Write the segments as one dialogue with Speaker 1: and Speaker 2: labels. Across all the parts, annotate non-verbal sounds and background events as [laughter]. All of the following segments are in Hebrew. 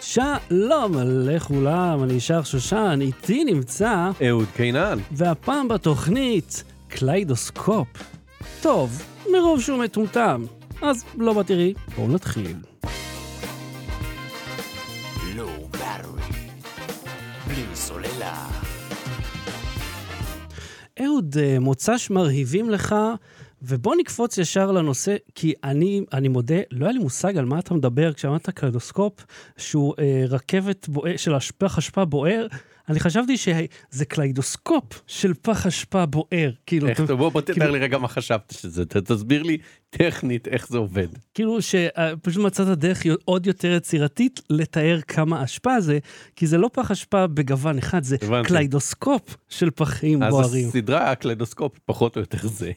Speaker 1: שלום לכולם, אני ישר שושן, איתי נמצא,
Speaker 2: אהוד קינן.
Speaker 1: והפעם בתוכנית קליידוסקופ. טוב, מרוב שהוא מטומטם, אז לא בתראי, בואו נתחיל.
Speaker 3: לואו בלרי, לא, בלי סוללה.
Speaker 1: אהוד, אה, מוצ"ש מרהיבים לך, ובוא נקפוץ ישר לנושא, כי אני, אני מודה, לא היה לי מושג על מה אתה מדבר כשאמרת קליידוסקופ, שהוא אה, רכבת בוער, של הש- פח אשפה בוער. אני חשבתי שזה קליידוסקופ של פח אשפה בוער. כאילו,
Speaker 2: איך
Speaker 1: אתה-
Speaker 2: אתה, בוא, בוא תתאר
Speaker 1: כאילו-
Speaker 2: לי רגע מה חשבת שזה, ת- תסביר לי טכנית איך זה עובד.
Speaker 1: כאילו שפשוט מצאת דרך עוד יותר יצירתית לתאר כמה אשפה זה, כי זה לא פח אשפה בגוון אחד, זה
Speaker 2: הבנתי.
Speaker 1: קליידוסקופ של פחים
Speaker 2: אז
Speaker 1: בוערים.
Speaker 2: הסדרה הקלדוסקופ פחות או יותר זה.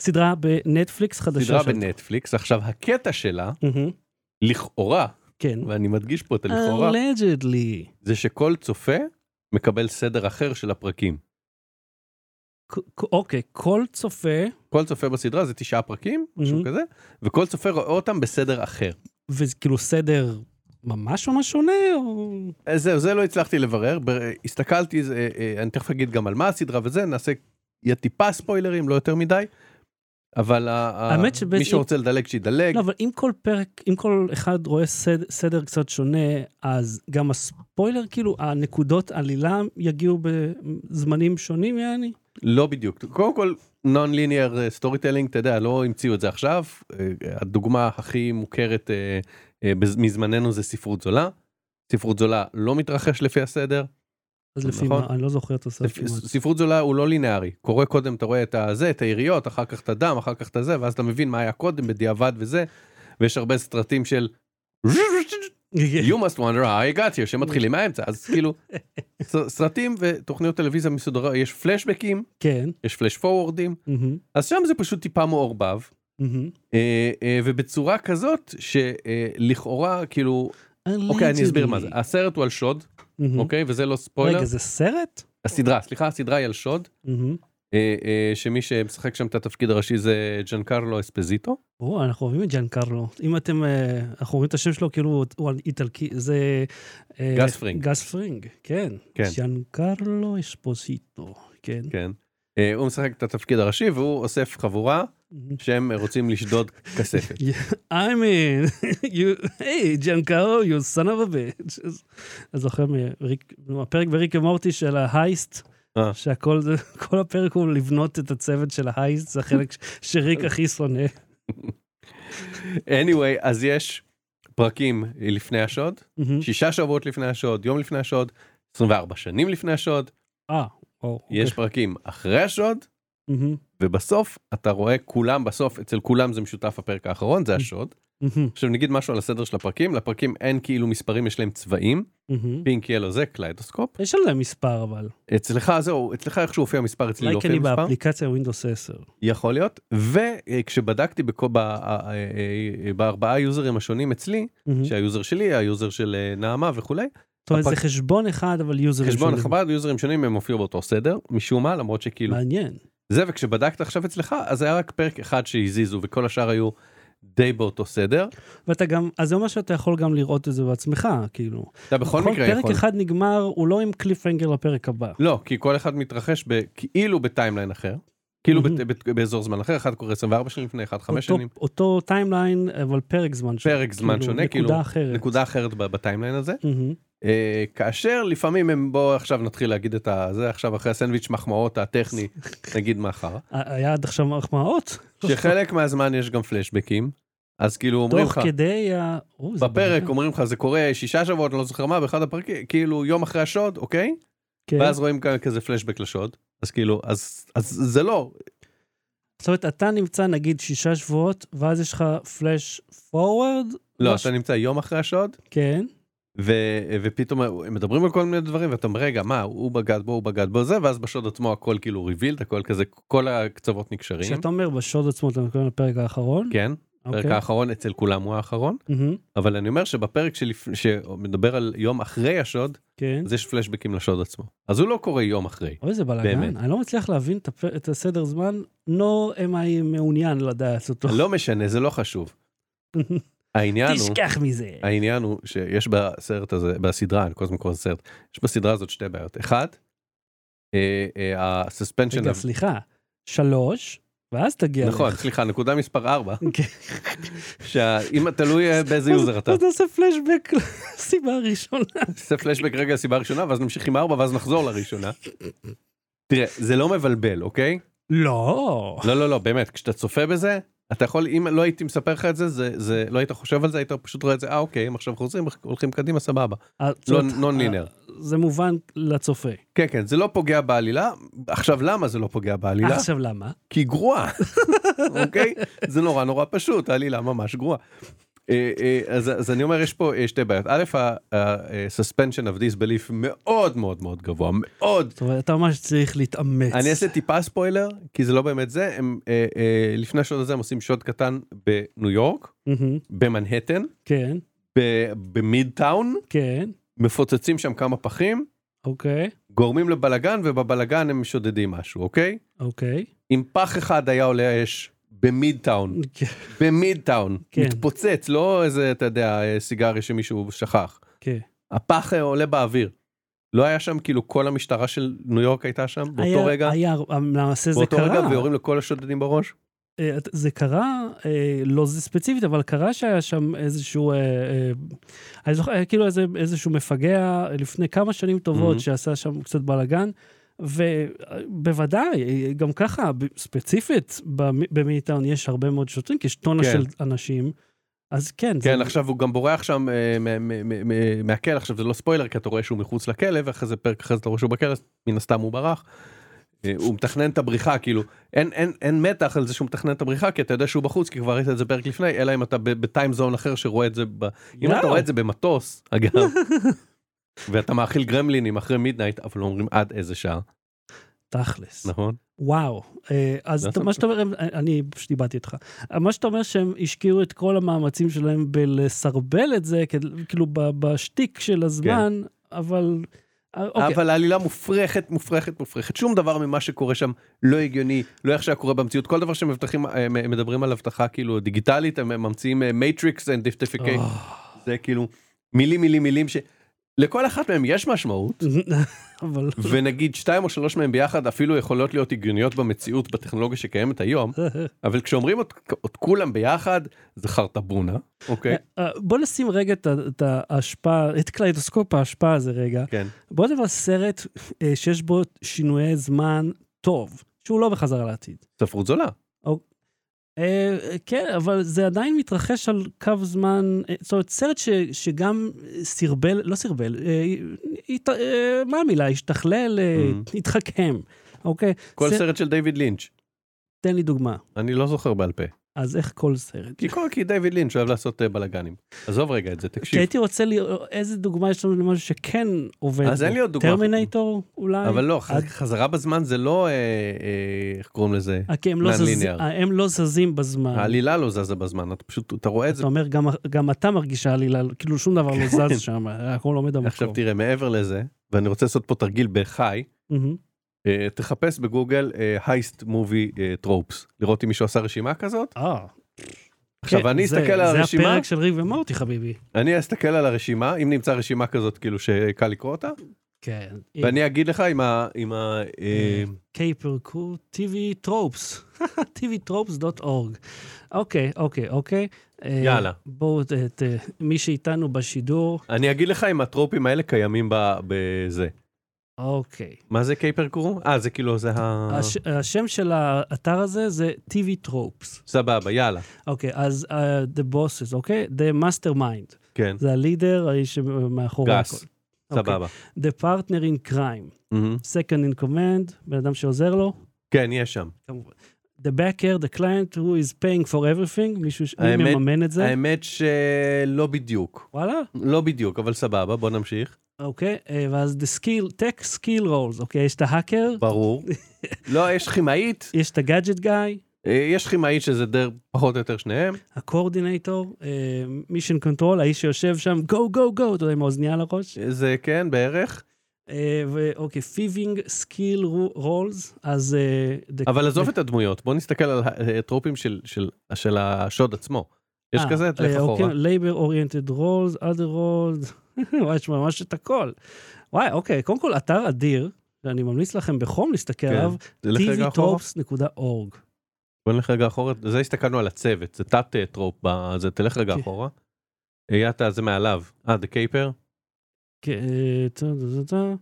Speaker 1: סדרה בנטפליקס חדשה.
Speaker 2: סדרה
Speaker 1: של-
Speaker 2: בנטפליקס, עכשיו הקטע שלה,
Speaker 1: מהמם,
Speaker 2: לכאורה,
Speaker 1: כן.
Speaker 2: ואני מדגיש פה את הלכאורה,
Speaker 1: לא. אלג'דלי.
Speaker 2: זה שכל צופה מקבל סדר אחר של הפרקים.
Speaker 1: אוקיי, כל צופה,
Speaker 2: כל צופה בסדרה זה תשעה פרקים, משהו
Speaker 1: Mhm.
Speaker 2: כזה, וכל צופה רואה אותם בסדר אחר.
Speaker 1: וזה כאילו סדר ממש ממש שונה, או...
Speaker 2: אז זהו, זה לא הצלחתי לברר, ב- הסתכלתי, זה, אה, אה, אני תכף אגיד גם על מה הסדרה וזה, נעשה, יהיה טיפה ספוילרים, לא יותר מדי, אבל ה- ה-
Speaker 1: האמת שבעצם-
Speaker 2: מי שרוצה לדלג שידלג,
Speaker 1: לא, אבל אם כל פרק, אם כל אחד רואה סדר, סדר קצת שונה, אז גם הספוילר, כאילו, הנקודות עלילה יגיעו בזמנים שונים, יעני?
Speaker 2: לא בדיוק. קודם כל, נון ליניאר סטורי טלינג, אתה יודע, לא המציאו את זה עכשיו, אה, הדוגמה הכי מוכרת אה, אה, בז- מזמננו זה ספרות זולה. ספרות זולה לא מתרחש לפי הסדר,
Speaker 1: אז לפי
Speaker 2: נכון.
Speaker 1: מה, אני לא זוכר את הסוף
Speaker 2: לפי-
Speaker 1: כמעט.
Speaker 2: ספרות זולה הוא לא לינארי, קורא קודם אתה רואה את הזה, את היריות, אחר כך את הדם, אחר כך את הזה, ואז אתה מבין מה היה קודם בדיעבד וזה, ויש הרבה סרטים של you must wonder how I got here שמתחילים מהאמצע, אז כאילו ס- סרטים ותוכניות טלוויזיה מסודרות, יש פלשבקים,
Speaker 1: [laughs] כן.
Speaker 2: יש פלאש פורוורדים,
Speaker 1: מהמם,
Speaker 2: אז שם זה פשוט טיפה מעורבב,
Speaker 1: מהמם.
Speaker 2: אה, אה, ובצורה כזאת שלכאורה כאילו, אוקיי אני אסביר מה זה, הסרט הוא על שוד,
Speaker 1: מהמם.
Speaker 2: אוקיי, וזה לא ספוילר,
Speaker 1: Mm-hmm. רגע, זה סרט?
Speaker 2: הסדרה, סליחה, הסדרה היא על שוד.
Speaker 1: מהמם.
Speaker 2: אה, אה, שמי שמשחק שם את התפקיד הראשי זה ג'אן קרלו אספזיטו.
Speaker 1: או, אנחנו אוהבים את ג'אן קרלו. אם אתם, אה, אנחנו רואים את השם שלו, כאילו, הוא על איטלקי, זה... אה,
Speaker 2: גס פרינג.
Speaker 1: גס פרינג, כן.
Speaker 2: כן.
Speaker 1: ג'אן קרלו אספוסיטו, כן.
Speaker 2: כן. אה, הוא משחק את התפקיד הראשי והוא אוסף חבורה
Speaker 1: מהמם.
Speaker 2: שהם
Speaker 1: [laughs]
Speaker 2: רוצים לשדוד כספת.
Speaker 1: I mean, [laughs] you, hey, ג'נקאו, you son of a bitch. אז- אז זוכר מריק- מהפרק בריק ומורטי של ההייסט,
Speaker 2: אה.
Speaker 1: שהכל זה, [laughs] כל הפרק הוא לבנות את הצוות של ההייסט, זה החלק ש-
Speaker 2: [laughs]
Speaker 1: שריק הכי שונא.
Speaker 2: anyway, אז יש פרקים לפני השוד,
Speaker 1: מהמם.
Speaker 2: שישה שבועות לפני השוד, יום לפני השוד, 24 שנים לפני השוד,
Speaker 1: אה, או,
Speaker 2: יש פרקים אחרי השוד,
Speaker 1: אוקיי. מהמם,
Speaker 2: ובסוף אתה רואה כולם, בסוף אצל כולם זה משותף הפרק האחרון, זה השוד.
Speaker 1: מהמם,
Speaker 2: עכשיו נגיד משהו על הסדר של הפרקים, לפרקים אין כאילו מספרים, יש להם צבעים,
Speaker 1: מהמם.
Speaker 2: פינק ילו זה קליידוסקופ.
Speaker 1: יש על זה מספר אבל, אצלך
Speaker 2: אצלך זהו, אצלך איכשהו הופיע מספר, אצלי לא
Speaker 1: אולי כי
Speaker 2: הופיע
Speaker 1: אני
Speaker 2: מספר,
Speaker 1: באפליקציה ווינדוס 10.
Speaker 2: יכול להיות, וכשבדקתי אה, בארבעה היוזרים השונים אצלי,
Speaker 1: מהמם.
Speaker 2: שהיוזר שלי, היוזר של אה, נעמה וכולי,
Speaker 1: זאת אומרת, זה
Speaker 2: הפרק-
Speaker 1: חשבון אחד, אבל יוזרים
Speaker 2: חשבון
Speaker 1: שונים.
Speaker 2: נכבד, יוזרים שונים הם הופיעו באותו סדר, משום מה, למרות שכאילו,
Speaker 1: מעניין.
Speaker 2: זה וכשבדקת עכשיו אצלך, אז היה רק פרק אחד שהזיזו וכל השאר היו די באותו סדר,
Speaker 1: ואתה גם, אז זה אומר שאתה יכול גם לראות את זה בעצמך, כאילו.
Speaker 2: אתה בכל
Speaker 1: נכון,
Speaker 2: מקרה
Speaker 1: פרק
Speaker 2: יכול,
Speaker 1: אחד נגמר, הוא לא עם קליפהנגר לפרק הבא.
Speaker 2: לא, כי כל אחד מתרחש ב- כאילו בטיימליין אחר, כאילו
Speaker 1: מהמם.
Speaker 2: בת- בת- באזור זמן אחר, אחד קורה 24 שנים לפני, אחד 5
Speaker 1: Mm-hmm. אותו-
Speaker 2: שנים,
Speaker 1: אותו טיימליין, אבל פרק זמן שונה.
Speaker 2: פרק זמן שונה,
Speaker 1: נקודה
Speaker 2: כאילו,
Speaker 1: אחרת.
Speaker 2: נקודה אחרת ב- בטיימליין הזה.
Speaker 1: מהמם,
Speaker 2: אה, כאשר לפעמים הם בוא עכשיו נתחיל להגיד את ה- זה עכשיו אחרי הסנדוויץ'
Speaker 1: [laughs]
Speaker 2: מחמאות הטכני נגיד מאחר
Speaker 1: ה- היה עד עכשיו מחמאות?
Speaker 2: שחלק מהזמן יש גם פלשבקים אז כאילו אומרים
Speaker 1: תוך
Speaker 2: לך
Speaker 1: כדי ה... או, זה
Speaker 2: בפרק
Speaker 1: בעיה.
Speaker 2: אומרים לך זה קורה שישה שבועות אני לא זוכר מה באחד הפרקים כאילו יום אחרי השוד אוקיי
Speaker 1: כן.
Speaker 2: ואז רואים כאן כזה פלשבק לשוד אז כאילו אז אז זה לא
Speaker 1: זאת אומרת, אתה נמצא נגיד שישה שבועות, ואז יש לך פלאש פורוורד?
Speaker 2: לא
Speaker 1: מש-
Speaker 2: אתה נמצא יום אחרי השוד
Speaker 1: כן.
Speaker 2: ו- ופתאום הם מדברים על כל מיני דברים ואתה אומר רגע מה הוא בגד בו הוא בגד בו זה ואז בשוד עצמו הכל כאילו רבילד הכל כזה כל הקצוות נקשרים
Speaker 1: כשאתה אומר בשוד עצמו, אתה מתכוון לפרק האחרון?
Speaker 2: כן. הפרק
Speaker 1: אוקיי.
Speaker 2: האחרון אצל כולם הוא האחרון
Speaker 1: מהמם,
Speaker 2: אבל אני אומר שבפרק שלפ... שמדבר על יום אחרי השוד
Speaker 1: כן.
Speaker 2: אז יש פלשבקים לשוד עצמו אז הוא לא קורה יום אחרי
Speaker 1: אוי, זה בלאגן.
Speaker 2: באמת.
Speaker 1: אני לא מצליח להבין את הפ- את הסדר זמן, נו, אם אני מעוניין לדעת אותו. [laughs]
Speaker 2: לא משנה זה לא חשוב. העניין הוא,
Speaker 1: תשכח מזה.
Speaker 2: העניין הוא שיש בסרט הזה, בסדרה, אני כל הזמן קורא לזה סרט, יש בסדרה הזאת שתי בעיות. אחד, אה, הסספנשן,
Speaker 1: רגע, סליחה. שלוש, ואז תגיע לך. [laughs] כן.
Speaker 2: נכון, סליחה, נקודה מספר 4, שאם תלוי אה,
Speaker 1: [laughs]
Speaker 2: באיזה יוזר אתה.
Speaker 1: אז נעשה פלשבק לסיבה הראשונה.
Speaker 2: זה פלשבק רגע הסיבה הראשונה, ואז נמשיך עם 4, ואז נחזור לראשונה. תראה, זה לא מבלבל, אוקיי?
Speaker 1: לא.
Speaker 2: לא, לא, לא, באמת, כשאתה צופה בזה, אתה יכול, אם לא הייתי מספר לך את זה, זה, זה לא היית חושב על זה, היית פשוט רואה את זה, אה, אוקיי, הם עכשיו חוזרים, הולכים קדימה, סבבה.
Speaker 1: אז
Speaker 2: לא,
Speaker 1: אה, זאת- אה,
Speaker 2: נון לינר.
Speaker 1: זה מובן לצופה.
Speaker 2: כן, כן, זה לא פוגע בעלילה. עכשיו, למה זה לא פוגע בעלילה?
Speaker 1: אה, עכשיו למה?
Speaker 2: כי היא גרועה, [laughs] אוקיי? זה נורא נורא פשוט, העלילה ממש גרועה. אה, אה, אז, אז אני אומר, יש פה אה, שתי בעיות. א', ה-suspension of disbelief מאוד מאוד מאוד גבוה, מאוד.
Speaker 1: זאת אומרת, אתה ממש צריך להתאמץ.
Speaker 2: אני אעשה טיפה ספוילר, כי זה לא באמת זה, הם אה, אה, לפני השוד הזה הם עושים שוד קטן בניו יורק,
Speaker 1: מהמם,
Speaker 2: במנהטן,
Speaker 1: כן,
Speaker 2: ב- במידטאון,
Speaker 1: כן,
Speaker 2: מפוצצים שם כמה פחים,
Speaker 1: אוקיי,
Speaker 2: גורמים לבלגן, ובבלגן הם שודדים משהו, אוקיי?
Speaker 1: אוקיי.
Speaker 2: אם פח אחד היה עולה אש במידטאון,
Speaker 1: [laughs] כן,
Speaker 2: במידטאון,
Speaker 1: כן.
Speaker 2: מתפוצץ, לא איזה, אתה יודע, אה, סיגריה שמישהו שכח.
Speaker 1: כן.
Speaker 2: הפח אה, עולה באוויר. לא היה שם, כאילו, כל המשטרה של ניו יורק הייתה שם באותו
Speaker 1: היה-
Speaker 2: רגע,
Speaker 1: היה, למעשה זה
Speaker 2: באותו
Speaker 1: קרה.
Speaker 2: רגע, ויורים לכל השודדים בראש.
Speaker 1: אה, את- זה קרה, אה, לא זה ספציפית, אבל קרה שהיה שם איזשהו, אה, אה, אני זוכר, היה כאילו איזה, איזשהו מפגע אה, לפני כמה שנים טובות
Speaker 2: Mhm.
Speaker 1: שעשה שם קצת בלאגן, ובוודאי, אה, גם ככה, ב- ספציפית, במ- במיטאון יש הרבה מאוד שוטרים, כי יש טונה
Speaker 2: כן.
Speaker 1: של אנשים, אז כן.
Speaker 2: כן,
Speaker 1: זה-
Speaker 2: עכשיו הוא גם בורח שם אה, מה- מה- מה- מה- מהכלא, עכשיו זה לא ספוילר, כי אתה רואה שהוא מחוץ לכלא, ואחרי זה פרק אחרי זה אתה רואה שהוא בכלא, אז מן הסתם הוא ברח. אה, הוא מתכנן את הבריחה, כאילו, אין- אין אין מתח על זה שהוא מתכנן את הבריחה, כי אתה יודע שהוא בחוץ, כי כבר ראית את זה פרק לפני, אלא אם אתה ב- בטיים זון אחר שרואה את זה ב- אם אתה
Speaker 1: וואו.
Speaker 2: רואה את זה במטוס, אגב, [laughs] ואתה מאכיל גרמלינים אחרי מידנייט, אבל לא אומרים עד איזה שעה,
Speaker 1: תכלס.
Speaker 2: נכון?
Speaker 1: וואו, אה, אז
Speaker 2: זה
Speaker 1: אתה-
Speaker 2: הסוף.
Speaker 1: מה שאתה אומר, הם- אני פשוט איבדתי אותך. אה, מה שאתה אומר שהם השקיעו את כל המאמצים שלהם בלסרבל את זה, כד- כאילו ב- בשטיק של הזמן, אבל... אה, אוקיי,
Speaker 2: כן. אבל העלילה מופרכת, מופרכת, מופרכת. שום דבר ממה שקורה שם לא הגיוני, לא איך שהיה קורה במציאות. כל דבר שמבטחים, אה, מ- מדברים על הבטחה כאילו דיגיטלית, הם הם ממציאים מייטריקס and diffificate.
Speaker 1: אה,
Speaker 2: זה כאילו מילים, מילים, מילים ש... לכל אחת מהם יש משמעות,
Speaker 1: [laughs] אבל...
Speaker 2: ונגיד שתיים או שלוש מהם ביחד אפילו יכולות להיות הגיוניות במציאות, בטכנולוגיה שקיימת היום,
Speaker 1: אה,
Speaker 2: אבל כשאומרים את, את כולם ביחד, זה חרטבונה, אוקיי?
Speaker 1: אה, בוא נשים רגע את ה- את ההשפעה, את קליידוסקופ ההשפעה הזה רגע.
Speaker 2: כן.
Speaker 1: בוא נדבר על סרט אה, שיש בו שינויי זמן טוב, שהוא לא בחזרה לעתיד.
Speaker 2: ספרות זולה.
Speaker 1: אה, כן, אבל זה עדיין מתרחש על קו זמן, אה, זאת אומרת, סרט ש, שגם סרבל, לא סרבל, אה, הת, אה, מה המילה? השתכלל, אה,
Speaker 2: Mhm.
Speaker 1: התחכם, אוקיי?
Speaker 2: כל
Speaker 1: סרט-
Speaker 2: סרט של דיוויד לינץ',
Speaker 1: תן לי דוגמה.
Speaker 2: אני לא זוכר בעל פה.
Speaker 1: אז איך כל סרט?
Speaker 2: כי כל כי דיוויד לינץ' אוהב לעשות אה, בלאגנים. עזוב רגע את זה,
Speaker 1: כי
Speaker 2: תקשיב.
Speaker 1: הייתי רוצה לראות איזה דוגמה יש לנו למשהו שכן עובד.
Speaker 2: אז אין לי עוד דוגמה.
Speaker 1: טרמינטור אולי?
Speaker 2: אבל לא, ח-
Speaker 1: עד-
Speaker 2: חזרה בזמן זה לא, אה, אה, איך קוראים לזה?
Speaker 1: אה, כי הם לא,
Speaker 2: נון
Speaker 1: זז...
Speaker 2: ליניאר.
Speaker 1: אה, הם לא זזים בזמן.
Speaker 2: העלילה לא זזה בזמן, אתה פשוט, אתה רואה את זה.
Speaker 1: אתה אומר, גם, גם אתה מרגיש העלילה, כאילו שום דבר לא
Speaker 2: כן.
Speaker 1: זז שם, הכל עומד במקום.
Speaker 2: עכשיו תראה, מעבר לזה, ואני רוצה לעשות פה תרגיל בחי,
Speaker 1: מהמם.
Speaker 2: אה, תחפש בגוגל אה, הייסט מובי טרופס, אה, לראות אם מישהו עשה רשימה כזאת.
Speaker 1: אה. כן,
Speaker 2: עכשיו, אני
Speaker 1: זה-
Speaker 2: אסתכל על
Speaker 1: זה
Speaker 2: הרשימה.
Speaker 1: הפרק של ריב ומורטי, חביבי.
Speaker 2: אני אסתכל על הרשימה, אם נמצא רשימה כזאת, כאילו שקל לקרוא אותה,
Speaker 1: כן.
Speaker 2: ואני אגיד לך אם ה... אם ה- אה,
Speaker 1: קיי פירקו TV [laughs] טרופס. tvtropes.org. אוקיי, אוקיי, אוקיי. אה,
Speaker 2: יאללה.
Speaker 1: בואו, ת- ת- מי שאיתנו בשידור,
Speaker 2: אני אגיד לך אם הטרופים האלה קיימים ב- בזה.
Speaker 1: אוקיי.
Speaker 2: מה זה קייפר קורו? אה, זה כאילו, זה ה...
Speaker 1: הש- השם של האתר הזה זה TV Tropes.
Speaker 2: סבבה, יאללה.
Speaker 1: אוקיי, אז אה, The Bosses, אוקיי? The Mastermind.
Speaker 2: כן,
Speaker 1: זה הלידר, האיש שמאחורי
Speaker 2: גס.
Speaker 1: הכל. אוקיי.
Speaker 2: סבבה.
Speaker 1: The Partner in Crime.
Speaker 2: מהמם.
Speaker 1: Second in Command, בן אדם שעוזר לו.
Speaker 2: כן, יש שם.
Speaker 1: כמובן. The backer, the client who is paying for everything, מישהו ש... מי
Speaker 2: האמת-
Speaker 1: מממן את זה?
Speaker 2: האמת שלא בדיוק.
Speaker 1: וואלה,
Speaker 2: לא בדיוק, אבל סבבה, בוא נמשיך.
Speaker 1: אוקיי, אה, ואז the skill, tech skill roles, אוקיי, יש את ההאקר, [laughs]
Speaker 2: ברור. לא, יש כימאית,
Speaker 1: יש את הגאדג'ט גאי,
Speaker 2: אה, יש כימאית שזה דר פחות או יותר שניהם.
Speaker 1: הקורדינטור, מישן קונטרול, האיש שיושב שם, go, go, go, אתה יודע, עם האוזנייה על הראש,
Speaker 2: זה כן, בערך.
Speaker 1: אה, ואוקיי, thieving skill ro- roles, אז... אה, the-
Speaker 2: אבל עזוב
Speaker 1: the-
Speaker 2: אה, את הדמויות, בוא נסתכל על הטרופים של, של, של השוד עצמו. יש
Speaker 1: אה,
Speaker 2: כזה, תלך
Speaker 1: אה,
Speaker 2: אחורה.
Speaker 1: אוקיי, labor oriented roles, other roles, [laughs] וואי, יש ממש את הכל. וואי, אוקיי, קודם כל, אתר אדיר, שאני ממליץ לכם בחום להסתכל
Speaker 2: כן.
Speaker 1: עליו,
Speaker 2: תלך רגע אחורה.
Speaker 1: tvtops.org.
Speaker 2: בוא נלך רגע אחורה, זה הסתכלנו על הצוות, זה תת אה, טרופ, ב- זה תלך רגע
Speaker 1: כן.
Speaker 2: אחורה. היה את זה מעליו, אה, The Caper,
Speaker 1: כן, אה, טה, טה, טה, טה.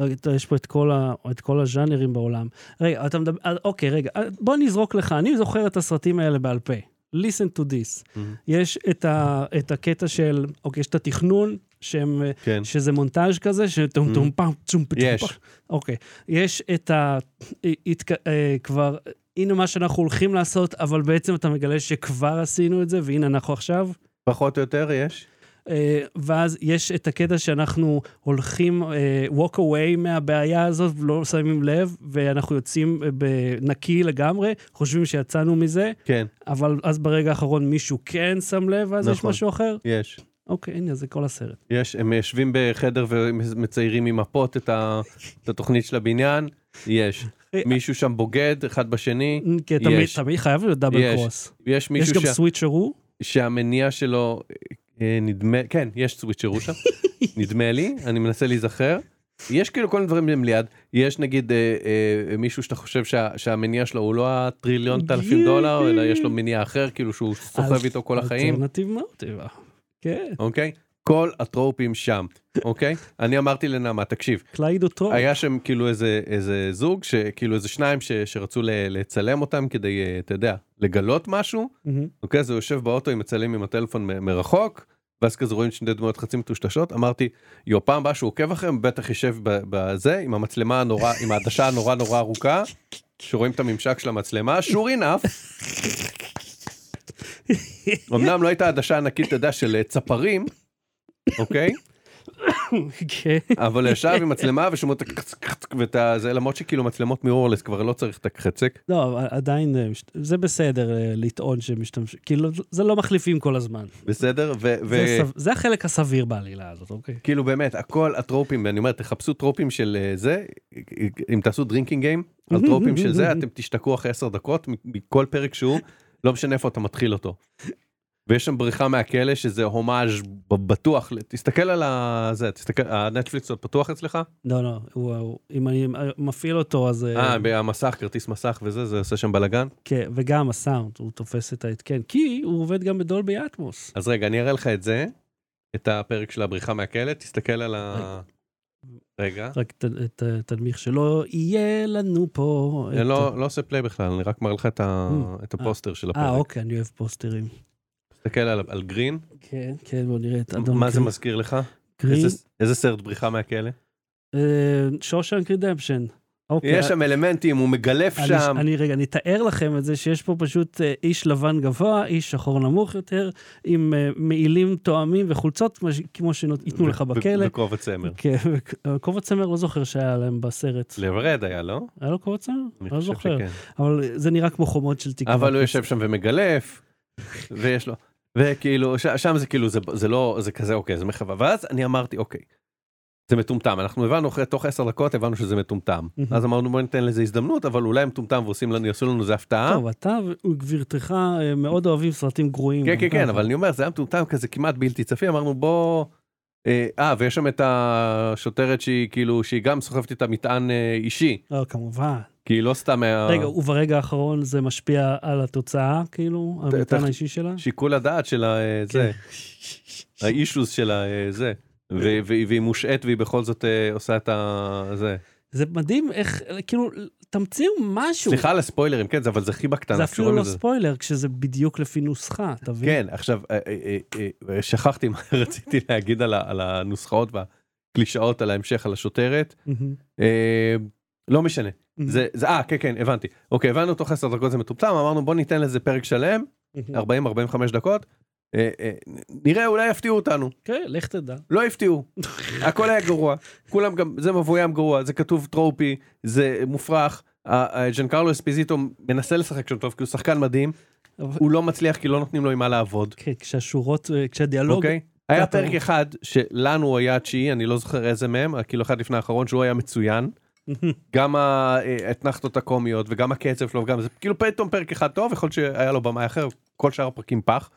Speaker 1: רגע, טוב, יש פה את כל, ה, את כל הז'אנרים בעולם. רגע, אתה מדבר, אה, אוקיי, רגע, אה, בוא נזרוק לך, אני זוכר את הסרטים האלה בעל פה. listen to this.
Speaker 2: Mhm.
Speaker 1: יש את, ה, את הקטע של, אוקיי, יש את התכנון, שהם, אה,
Speaker 2: כן,
Speaker 1: שזה מונטאז' כזה, שטום טום
Speaker 2: Mhm.
Speaker 1: פעם, צום פצום
Speaker 2: יש.
Speaker 1: פעם. אוקיי. יש את ה... אה, התק- אה, כבר, הנה מה שאנחנו הולכים לעשות, אבל בעצם אתה מגלה שכבר עשינו את זה, והנה אנחנו עכשיו.
Speaker 2: פחות או יותר יש.
Speaker 1: אה, ואז יש את הקטע שאנחנו הולכים אה, walk away מהבעיה הזאת, לא שמים לב, ואנחנו יוצאים אה, בנקי לגמרי, חושבים שיצאנו מזה,
Speaker 2: כן,
Speaker 1: אבל אז ברגע האחרון מישהו כן שם לב, ואז יש
Speaker 2: נכון.
Speaker 1: משהו אחר.
Speaker 2: יש.
Speaker 1: אוקיי, הנה, זה כל הסרט.
Speaker 2: יש, הם יושבים בחדר ומציירים עם מפות את, ה, את התוכנית של הבניין, יש.
Speaker 1: אה,
Speaker 2: מישהו שם בוגד אחד בשני,
Speaker 1: כי כן, תמיד,
Speaker 2: יש.
Speaker 1: תמיד חייב להיות דאבל
Speaker 2: יש.
Speaker 1: קרוס.
Speaker 2: יש
Speaker 1: יש
Speaker 2: מישהו
Speaker 1: גם
Speaker 2: ש...
Speaker 1: סוויצ'רו,
Speaker 2: שהמניע שלו אה, אה, נדמה כן יש
Speaker 1: [laughs]
Speaker 2: סוויצ'רו שם נדמה לי אני מנסה להיזכר יש כאילו כל מיני דברים שהם ליד יש נגיד אה, אה, מישהו שאתה חושב שה, שהמניע שלו הוא לא הטריליון
Speaker 1: כן,
Speaker 2: אלפים דולר אלא יש לו מניע אחר כאילו שהוא סוחב
Speaker 1: אל-
Speaker 2: איתו כל החיים
Speaker 1: אלטרנטיב מוטיבה. כן,
Speaker 2: אוקיי כל הטרופים שם אוקיי אני אמרתי לנעמה תקשיב
Speaker 1: קליידוטרופ.
Speaker 2: היה שם כאילו איזה איזה זוג שכאילו איזה שניים ש, שרצו ל, לצלם אותם כדי אה, אתה יודע לגלות משהו
Speaker 1: מהמם. [laughs]
Speaker 2: אוקיי, אז הוא יושב באוטו עם הצלם עם הטלפון מ- מרחוק, ואז כזה רואים שני דמויות חצי מטושטשות, אמרתי, יו, פעם הבאה שהוא עוקב אחריהם, בטח יישב ב- בזה, עם המצלמה הנורא, עם העדשה הנורא נורא ארוכה, שרואים את הממשק של המצלמה, sure enough. אמנם לא הייתה עדשה ענקית, אתה יודע, של אה, צפרים, אוקיי?
Speaker 1: כן.
Speaker 2: אבל הוא ישב עם מצלמה ושמעו את הקצקצק ואת זה, למרות שכאילו מצלמות מיורלס כבר לא צריך את הקצק.
Speaker 1: לא, אבל עדיין אה, מש- זה בסדר אה, לטעון שמשתמשים, כאילו זה לא מחליפים כל הזמן.
Speaker 2: בסדר? ו-
Speaker 1: זה
Speaker 2: ו-
Speaker 1: סב- זה החלק הסביר בעלילה הזאת, אוקיי?
Speaker 2: כאילו באמת הכל הטרופים ואני אומר תחפשו טרופים של אה, זה אם תעשו דרינקינג גיים על טרופים של זה אתם תשתקעו אחרי 10 דקות מ- מכל פרק שהוא לא משנה איפה אתה מתחיל אותו. ויש שם בריחה מהכלא שזה הומאז' ב- בטוח ל- תסתכל על ה- זה תסתכל הנטפליקס עוד פתוח אצלך
Speaker 1: לא, לא, הוא- הוא- אם אני מפעיל אותו, אז... אה,
Speaker 2: אה המסך כרטיס מסך וזה זה עושה שם בלאגן
Speaker 1: כן, וגם הסאונד, הוא תופס את ההתקן, כי הוא עובד גם בדולבי אטמוס.
Speaker 2: אז רגע אני אראה לך את זה את הפרק של הבריחה מהכלא תסתכל על
Speaker 1: אה.
Speaker 2: ה... רגע.
Speaker 1: רק ת- ת- תנמיך שלא יהיה לנו פה...
Speaker 2: אני
Speaker 1: את-
Speaker 2: לא, לא עושה פליי בכלל, אני רק מראה לך את, ה...
Speaker 1: Mm.
Speaker 2: את הפוסטר של הפרק.
Speaker 1: אה, אוקיי, אני אוהב פוסטרים.
Speaker 2: תסתכל על, על גרין,
Speaker 1: כן, כן, בוא נראה את אדון
Speaker 2: מה זה
Speaker 1: קרי-
Speaker 2: מזכיר לך?
Speaker 1: קרי.
Speaker 2: איזה- איזה סרט בריחה מהכלא?
Speaker 1: שושנק רידמפשן. אוקיי,
Speaker 2: יש שם אלמנטים, הוא מגלף
Speaker 1: אני-
Speaker 2: שם.
Speaker 1: אני רגע, אני אתאר לכם את זה שיש פה פשוט אה, איש לבן גבוה, איש שחור נמוך יותר, עם אה, מעילים תואמים וחולצות, כמו ש- כמו שייתנו
Speaker 2: ו-
Speaker 1: לך
Speaker 2: ו-
Speaker 1: בכלא.
Speaker 2: וכובע צמר.
Speaker 1: כן, ו- כובע צמר לא זוכר שהיה להם בסרט.
Speaker 2: לברד היה, לא?
Speaker 1: היה לו כובע צמר?
Speaker 2: אני
Speaker 1: לא
Speaker 2: חושב
Speaker 1: זוכר.
Speaker 2: שכן.
Speaker 1: אבל אה, זה נראה כמו חומות של תקווה.
Speaker 2: אבל הוא יושב שם ומגלף, ויש לו, וכאילו, ש- שם זה כאילו, זה- זה לא, זה כזה, אוקיי, זה מחווה. ואז אני אמרתי, אוקיי, זה מטומטם. אנחנו הבנו אחרי, תוך עשר דקות הבנו שזה מטומטם.
Speaker 1: Mhm.
Speaker 2: אז אמרנו, בוא ניתן לזה הזדמנות, אבל אולי הם מטומטם ועושים לנו, יעשו לנו איזה הפתעה.
Speaker 1: טוב, אתה וגברתך אה, מאוד אוהבים סרטים גרועים. אה,
Speaker 2: כן, כן,
Speaker 1: גם
Speaker 2: כן,
Speaker 1: ככה.
Speaker 2: אבל אני אומר, זה היה מטומטם כזה כמעט בלתי צפי, אמרנו בוא... אה, אה, ויש שם את השוטרת שהיא כאילו, שהיא גם סוחבת איתה מטען אה, אישי,
Speaker 1: לא, כמובן.
Speaker 2: כי היא לא סתם... אה,
Speaker 1: רגע, וברגע האחרון זה משפיע על התוצאה, כאילו, על
Speaker 2: ת-
Speaker 1: המטען
Speaker 2: תח-
Speaker 1: האישי שלה? כן.
Speaker 2: שיקול הדעת של ה- אה, זה, האישוז של ה- אה, זה, ו- ו- והיא מושעת והיא בכל זאת אה, עושה את ה... זה.
Speaker 1: זה מדהים איך, כאילו, תמציאו משהו.
Speaker 2: סליחה על הספוילרים, כן, זה- אבל זה חיבה קטנה,
Speaker 1: זה
Speaker 2: אנחנו
Speaker 1: אפילו
Speaker 2: רואים
Speaker 1: לא
Speaker 2: את זה.
Speaker 1: ספוילר, כשזה בדיוק לפי נוסחה, אתה מבין?
Speaker 2: כן, עכשיו, אה, אה, אה, אה, שכחתי מה [laughs] רציתי להגיד על ה- על הנוסחאות והקלישאות, על ההמשך, על השוטרת.
Speaker 1: מהמם.
Speaker 2: אה, לא משנה. זה, זה, אה, כן, כן, הבנתי. אוקיי, הבנו תוך 10 דקות זה מטומטם, אמרנו בוא ניתן לזה פרק שלם,
Speaker 1: מהמם.
Speaker 2: 40-45 דקות, אה, אה, נראה, אולי יפתיעו אותנו.
Speaker 1: כן, לך תדע.
Speaker 2: לא
Speaker 1: [laughs]
Speaker 2: הפתיעו, הכל היה גרוע. כולם גם, זה מבוים גרוע, זה כתוב טרופי, זה מופרך. ה- ה- ג'אן קרלו אספיזיטו מנסה לשחק שם טוב, כי הוא שחקן מדהים,
Speaker 1: אבל-
Speaker 2: הוא לא מצליח כי לא נותנים לו עם מה לעבוד,
Speaker 1: כן, כשהשורות, אה, כשהדיאלוג...
Speaker 2: אוקיי? היה
Speaker 1: אתה-
Speaker 2: לא פרק אחד שלנו היה התשיעי, אני לא זוכר איזה מהם, כאילו אחד לפני האחרון, שהוא היה מצוין. [laughs] גם האתנחתות הקומיות וגם הקצב שלו וגם זה כאילו פתאום פרק אחד טוב יכול להיות שהיה לו במאי אחר כל שאר הפרקים פח.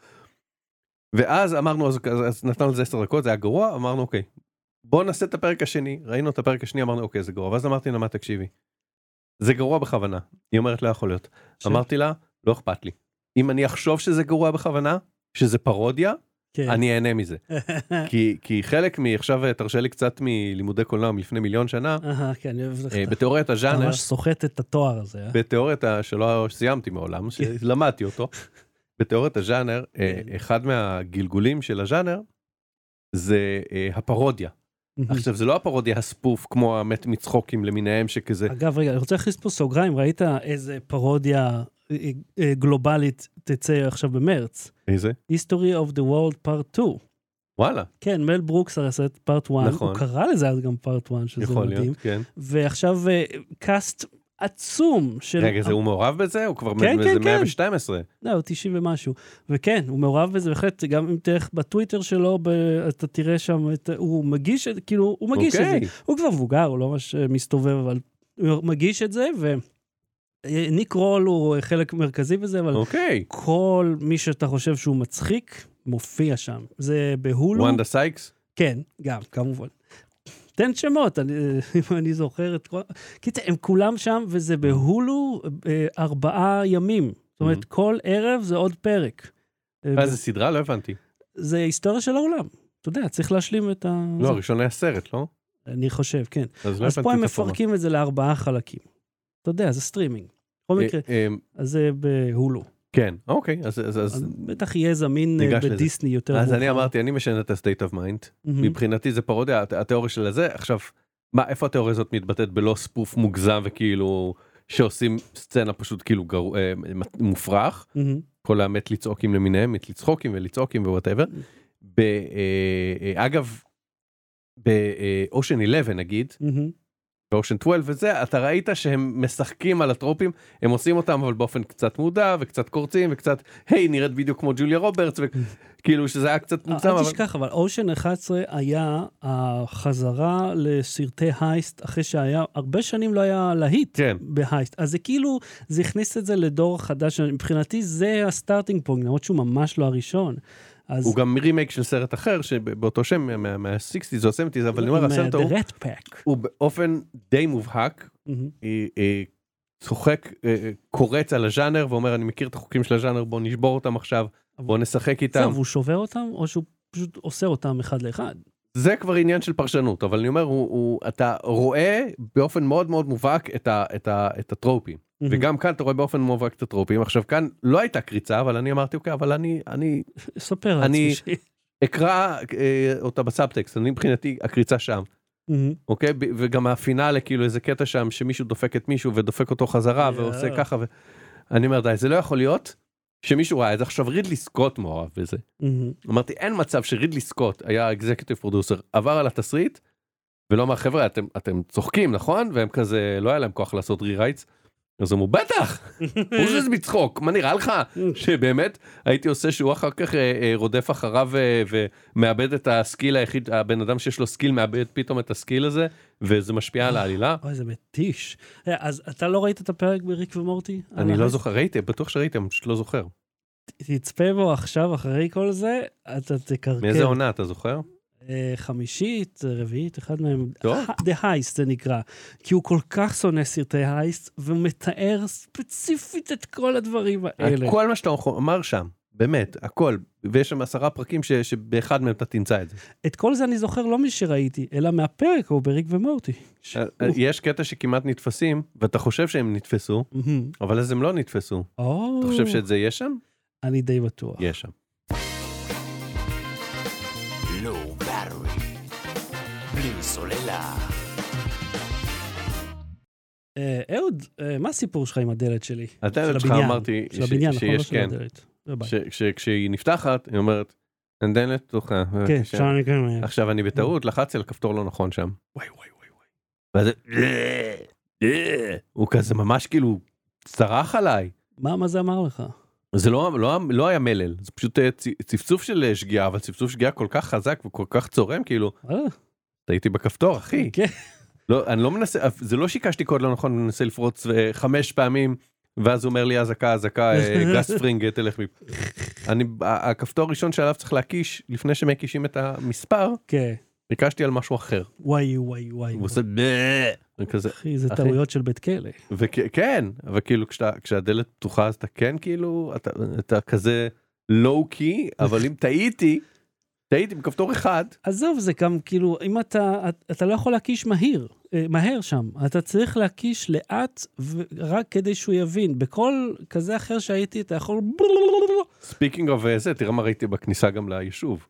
Speaker 2: ואז אמרנו אז, אז, אז נתנו לזה 10 דקות זה היה גרוע אמרנו אוקיי בוא נעשה את הפרק השני ראינו את הפרק השני אמרנו אוקיי זה גרוע ואז אמרתי לה מה תקשיבי. זה גרוע בכוונה היא אומרת לא יכול להיות
Speaker 1: ש-
Speaker 2: אמרתי לה לא אכפת לי אם אני אחשוב שזה גרוע בכוונה שזה פרודיה
Speaker 1: כן.
Speaker 2: אני אהנה מזה כי כי חלק מעכשיו תרשה לי קצת מלימודי קולנוע מלפני מיליון שנה
Speaker 1: [laughs] אהה, כן, אני אוהב לך.
Speaker 2: אה, בתיאוריית
Speaker 1: אתה
Speaker 2: הז'אנר
Speaker 1: ממש סוחט את התואר הזה, אה?
Speaker 2: בתיאוריית ה- שלא סיימתי מעולם, שלמדתי אותו, בתיאוריית הז'אנר, אה,
Speaker 1: כן.
Speaker 2: אחד מהגלגולים של הז'אנר זה אה, הפרודיה.
Speaker 1: Mm.
Speaker 2: עכשיו זה לא הפרודיה הספוף כמו המת מצחוקים למיניהם שכזה,
Speaker 1: אגב, רגע, אני רוצה להכניס פה סוגריים, ראית איזה פרודיה אה, אה, גלובלית תצא עכשיו במרץ?
Speaker 2: איזה?
Speaker 1: History of the World Part 2.
Speaker 2: וואלה,
Speaker 1: כן, מל ברוקס הרי עשה את פארט 1, הוא
Speaker 2: נכון.
Speaker 1: קרא לזה אז גם פארט 1, שזה
Speaker 2: יכול
Speaker 1: מדהים.
Speaker 2: להיות, כן.
Speaker 1: ועכשיו אה, קאסט עצום של...
Speaker 2: רגע, זה הוא מעורב בזה? הוא כבר
Speaker 1: כן,
Speaker 2: מ-
Speaker 1: כן,
Speaker 2: זה
Speaker 1: כן.
Speaker 2: 112.
Speaker 1: לא, הוא 90 ומשהו. וכן, הוא מעורב בזה בהחלט, גם אם תלך בטוויטר שלו, ב... אתה תראה שם את... הוא מגיש את... כאילו, הוא מגיש את זה.
Speaker 2: אוקיי.
Speaker 1: הוא כבר מבוגר, הוא לא ממש אה, מסתובב, אבל הוא מגיש את זה, ו... אה, ניק רול הוא חלק מרכזי בזה, אבל
Speaker 2: אוקיי.
Speaker 1: כל מי שאתה חושב שהוא מצחיק, מופיע שם. זה בהולו.
Speaker 2: וונדה סייקס?
Speaker 1: כן, גם, כמובן. תן שמות, אני, [laughs] אם אני זוכר את כל... קיצר, הם כולם שם, וזה בהולו אה, ארבעה ימים. זאת אומרת,
Speaker 2: Mhm.
Speaker 1: כל ערב זה עוד פרק. אה,
Speaker 2: אה, זה סדרה? לא הבנתי.
Speaker 1: זה היסטוריה של העולם. אתה יודע, צריך להשלים את ה...
Speaker 2: לא, הראשון היה סרט, לא?
Speaker 1: אני חושב, כן.
Speaker 2: אז לא
Speaker 1: אז פה הם
Speaker 2: הבנתי את הפורמט.
Speaker 1: מפרקים את זה לארבעה חלקים. אתה יודע, זה סטרימינג. בכל מקרה,
Speaker 2: אה, אה,
Speaker 1: אז זה בהולו.
Speaker 2: כן, אוקיי, אז- אז-
Speaker 1: אז
Speaker 2: אז
Speaker 1: בטח יהיה זמין אה,
Speaker 2: ניגש לזה.
Speaker 1: בדיסני יותר
Speaker 2: אז אני
Speaker 1: מאוחר.
Speaker 2: אמרתי, אני משנה את ה-state of mind.
Speaker 1: Mhm.
Speaker 2: מבחינתי זה פרודיה הת- התיאוריה של הזה עכשיו מה איפה התיאוריה הזאת מתבטאת בלא ספוף מוגזם וכאילו שעושים סצנה פשוט כאילו גר... אה, מ- מופרך
Speaker 1: Mhm.
Speaker 2: כל המת לצעוקים למיניהם מת לצחוקים ולצעוקים ווואטאבר. ב... אה, אה, אגב באושן 11 נגיד
Speaker 1: Mhm.
Speaker 2: באושן 12 וזה אתה ראית שהם משחקים על הטרופים הם עושים אותם אבל באופן קצת מודע וקצת קורצים וקצת היי נראית בדיוק כמו ג'וליה רוברטס וכאילו שזה היה קצת מוגזם.
Speaker 1: Mm. אל
Speaker 2: אבל-
Speaker 1: תשכח, אבל אושן 11 היה החזרה לסרטי הייסט, אחרי שהיה, הרבה שנים לא היה להיט
Speaker 2: כן.
Speaker 1: בהייסט. אז זה כאילו, זה הכניס את זה לדור חדש, מבחינתי זה הסטארטינג פונג, למרות שהוא ממש לא הראשון. אז...
Speaker 2: הוא גם רימייק של סרט אחר שבאותו שם מה- מה- מה-60's או 70's אבל אני אומר
Speaker 1: עם,
Speaker 2: הסרט
Speaker 1: אה,
Speaker 2: ההוא
Speaker 1: The Rat Pack.
Speaker 2: הוא באופן די מובהק
Speaker 1: מהמם.
Speaker 2: אה, אה, צוחק אה, אה, קורץ על הז'אנר ואומר אני מכיר את החוקים של הז'אנר בוא נשבור אותם עכשיו בוא נשחק איתם
Speaker 1: זהו, והוא שובר אותם, או שהוא פשוט עושה אותם אחד לאחד.
Speaker 2: זה כבר עניין של פרשנות אבל אני אומר הוא- הוא אתה רואה באופן מאוד מאוד מובהק את ה- את ה- את הטרופים.
Speaker 1: מהמם.
Speaker 2: וגם כאן אתה רואה באופן מובהק את הטרופים עכשיו כאן לא הייתה קריצה אבל אני אמרתי אוקיי אבל אני אני
Speaker 1: [laughs] ספר
Speaker 2: אני-
Speaker 1: לעצמי. ש-
Speaker 2: אקרא אה, אותה בסאבטקסט אני מבחינתי הקריצה שם
Speaker 1: מהמם.
Speaker 2: אוקיי? ב- וגם הפינאלה, כאילו איזה קטע שם שמישהו דופק את מישהו ודופק אותו חזרה
Speaker 1: יואו.
Speaker 2: ועושה ככה. ו... אני אומר, די, זה לא יכול להיות שמישהו ראה את זה. עכשיו רידלי סקוט מעורב בזה.
Speaker 1: מהמם.
Speaker 2: אמרתי, אין מצב שרידלי סקוט היה אקזקטיב פרודוסר, עבר על התסריט, ולא אמר, חבר'ה, אתם, אתם צוחקים, נכון? והם כזה, לא היה להם כוח לעשות רירייטס. אז אמרו, בטח, הוא זה מצחוק, מה נראה לך? שבאמת הייתי עושה שהוא אחר כך אה, אה, רודף אחריו אה, ומאבד את הסקיל היחיד, הבן אדם שיש לו סקיל מאבד פתאום את הסקיל הזה, וזה משפיע על העלילה.
Speaker 1: אוי, זה מתיש. אה, אז אתה לא ראית את הפרק בריק ומורטי?
Speaker 2: אני לא
Speaker 1: על
Speaker 2: זוכר, ראיתי, בטוח שראיתי, אני פשוט לא זוכר.
Speaker 1: תצפה בו עכשיו, אחרי כל זה, אתה תקרקר.
Speaker 2: מאיזה עונה אתה זוכר?
Speaker 1: אה, חמישית, רביעית, אחד מהם.
Speaker 2: טוב.
Speaker 1: ה- The Heist זה נקרא. כי הוא כל כך שונא סרטי הייסט, ומתאר ספציפית את כל הדברים האלה.
Speaker 2: כל מה שאתה אמר שם, באמת, הכל, ויש שם עשרה פרקים ש- שבאחד מהם אתה תמצא את זה.
Speaker 1: את כל זה אני זוכר לא שראיתי, אלא מהפרק ההוא בריק ומורטי.
Speaker 2: אה, אה, יש קטע שכמעט נתפסים, ואתה חושב שהם נתפסו,
Speaker 1: מהמם.
Speaker 2: אבל אז הם לא נתפסו.
Speaker 1: או,
Speaker 2: אתה חושב שאת זה כן. יש שם?
Speaker 1: אני די בטוח.
Speaker 2: יש שם.
Speaker 3: Low battery. לא בלי סוללה.
Speaker 1: אה, אהוד, אה, מה הסיפור שלך עם הדלת שלי?
Speaker 2: הדלת
Speaker 1: של
Speaker 2: שלך
Speaker 1: הבניין.
Speaker 2: אמרתי
Speaker 1: של
Speaker 2: ש-
Speaker 1: הבניין, נכון? לא
Speaker 2: שיש,
Speaker 1: של
Speaker 2: כן.
Speaker 1: הדלת. בבית.
Speaker 2: שכשהיא נפתחת היא אומרת הדלת פתוחה.
Speaker 1: כן,
Speaker 2: בבקשה."
Speaker 1: שם אני כן... אה,
Speaker 2: עכשיו אני בטעות לחצתי על כפתור לא נכון שם.
Speaker 1: וואי, וואי, וואי, וואי.
Speaker 2: ואז זה, "אה, אה." הוא כזה ממש כאילו צרח עליי.
Speaker 1: מה- מה זה אמר לך?
Speaker 2: זה לא, לא, לא היה מלל זה פשוט אה, צ- צפצוף של אה, שגיאה אבל צפצוף שגיאה כל כך חזק וכל כך צורם כאילו
Speaker 1: אה,
Speaker 2: טעיתי בכפתור אחי
Speaker 1: כן.
Speaker 2: לא, אני לא מנסה, זה לא שיקשתי קוד לא נכון, אני מנסה לפרוץ אה, חמש פעמים, ואז הוא אומר לי אזעקה, אזעקה, אה, גס פרינג, תלך מפה. אני, ה- הכפתור הראשון שעליו צריך להקיש, לפני שמקישים את המספר,
Speaker 1: כן.
Speaker 2: ביקשתי על משהו אחר.
Speaker 1: וואי וואי וואי.
Speaker 2: הוא עושה "בה", וכזה,
Speaker 1: אחי, זה
Speaker 2: אחי.
Speaker 1: טעויות של בית כלא.
Speaker 2: וכן, אבל כאילו כשאתה, כשהדלת פתוחה אז אתה כן כאילו, אתה, אתה כזה לואו קי, אבל אם טעיתי, טעיתי בכפתור אחד,
Speaker 1: עזוב, זה גם כאילו, אם אתה, את- אתה לא יכול להקיש מהיר, אה, מהר שם. אתה צריך להקיש לאט, ו- רק כדי שהוא יבין. בכל כזה אחר שהייתי, אתה יכול...
Speaker 2: ספיקינג אוף אה, זה, תראה מה ראיתי בכניסה גם ליישוב.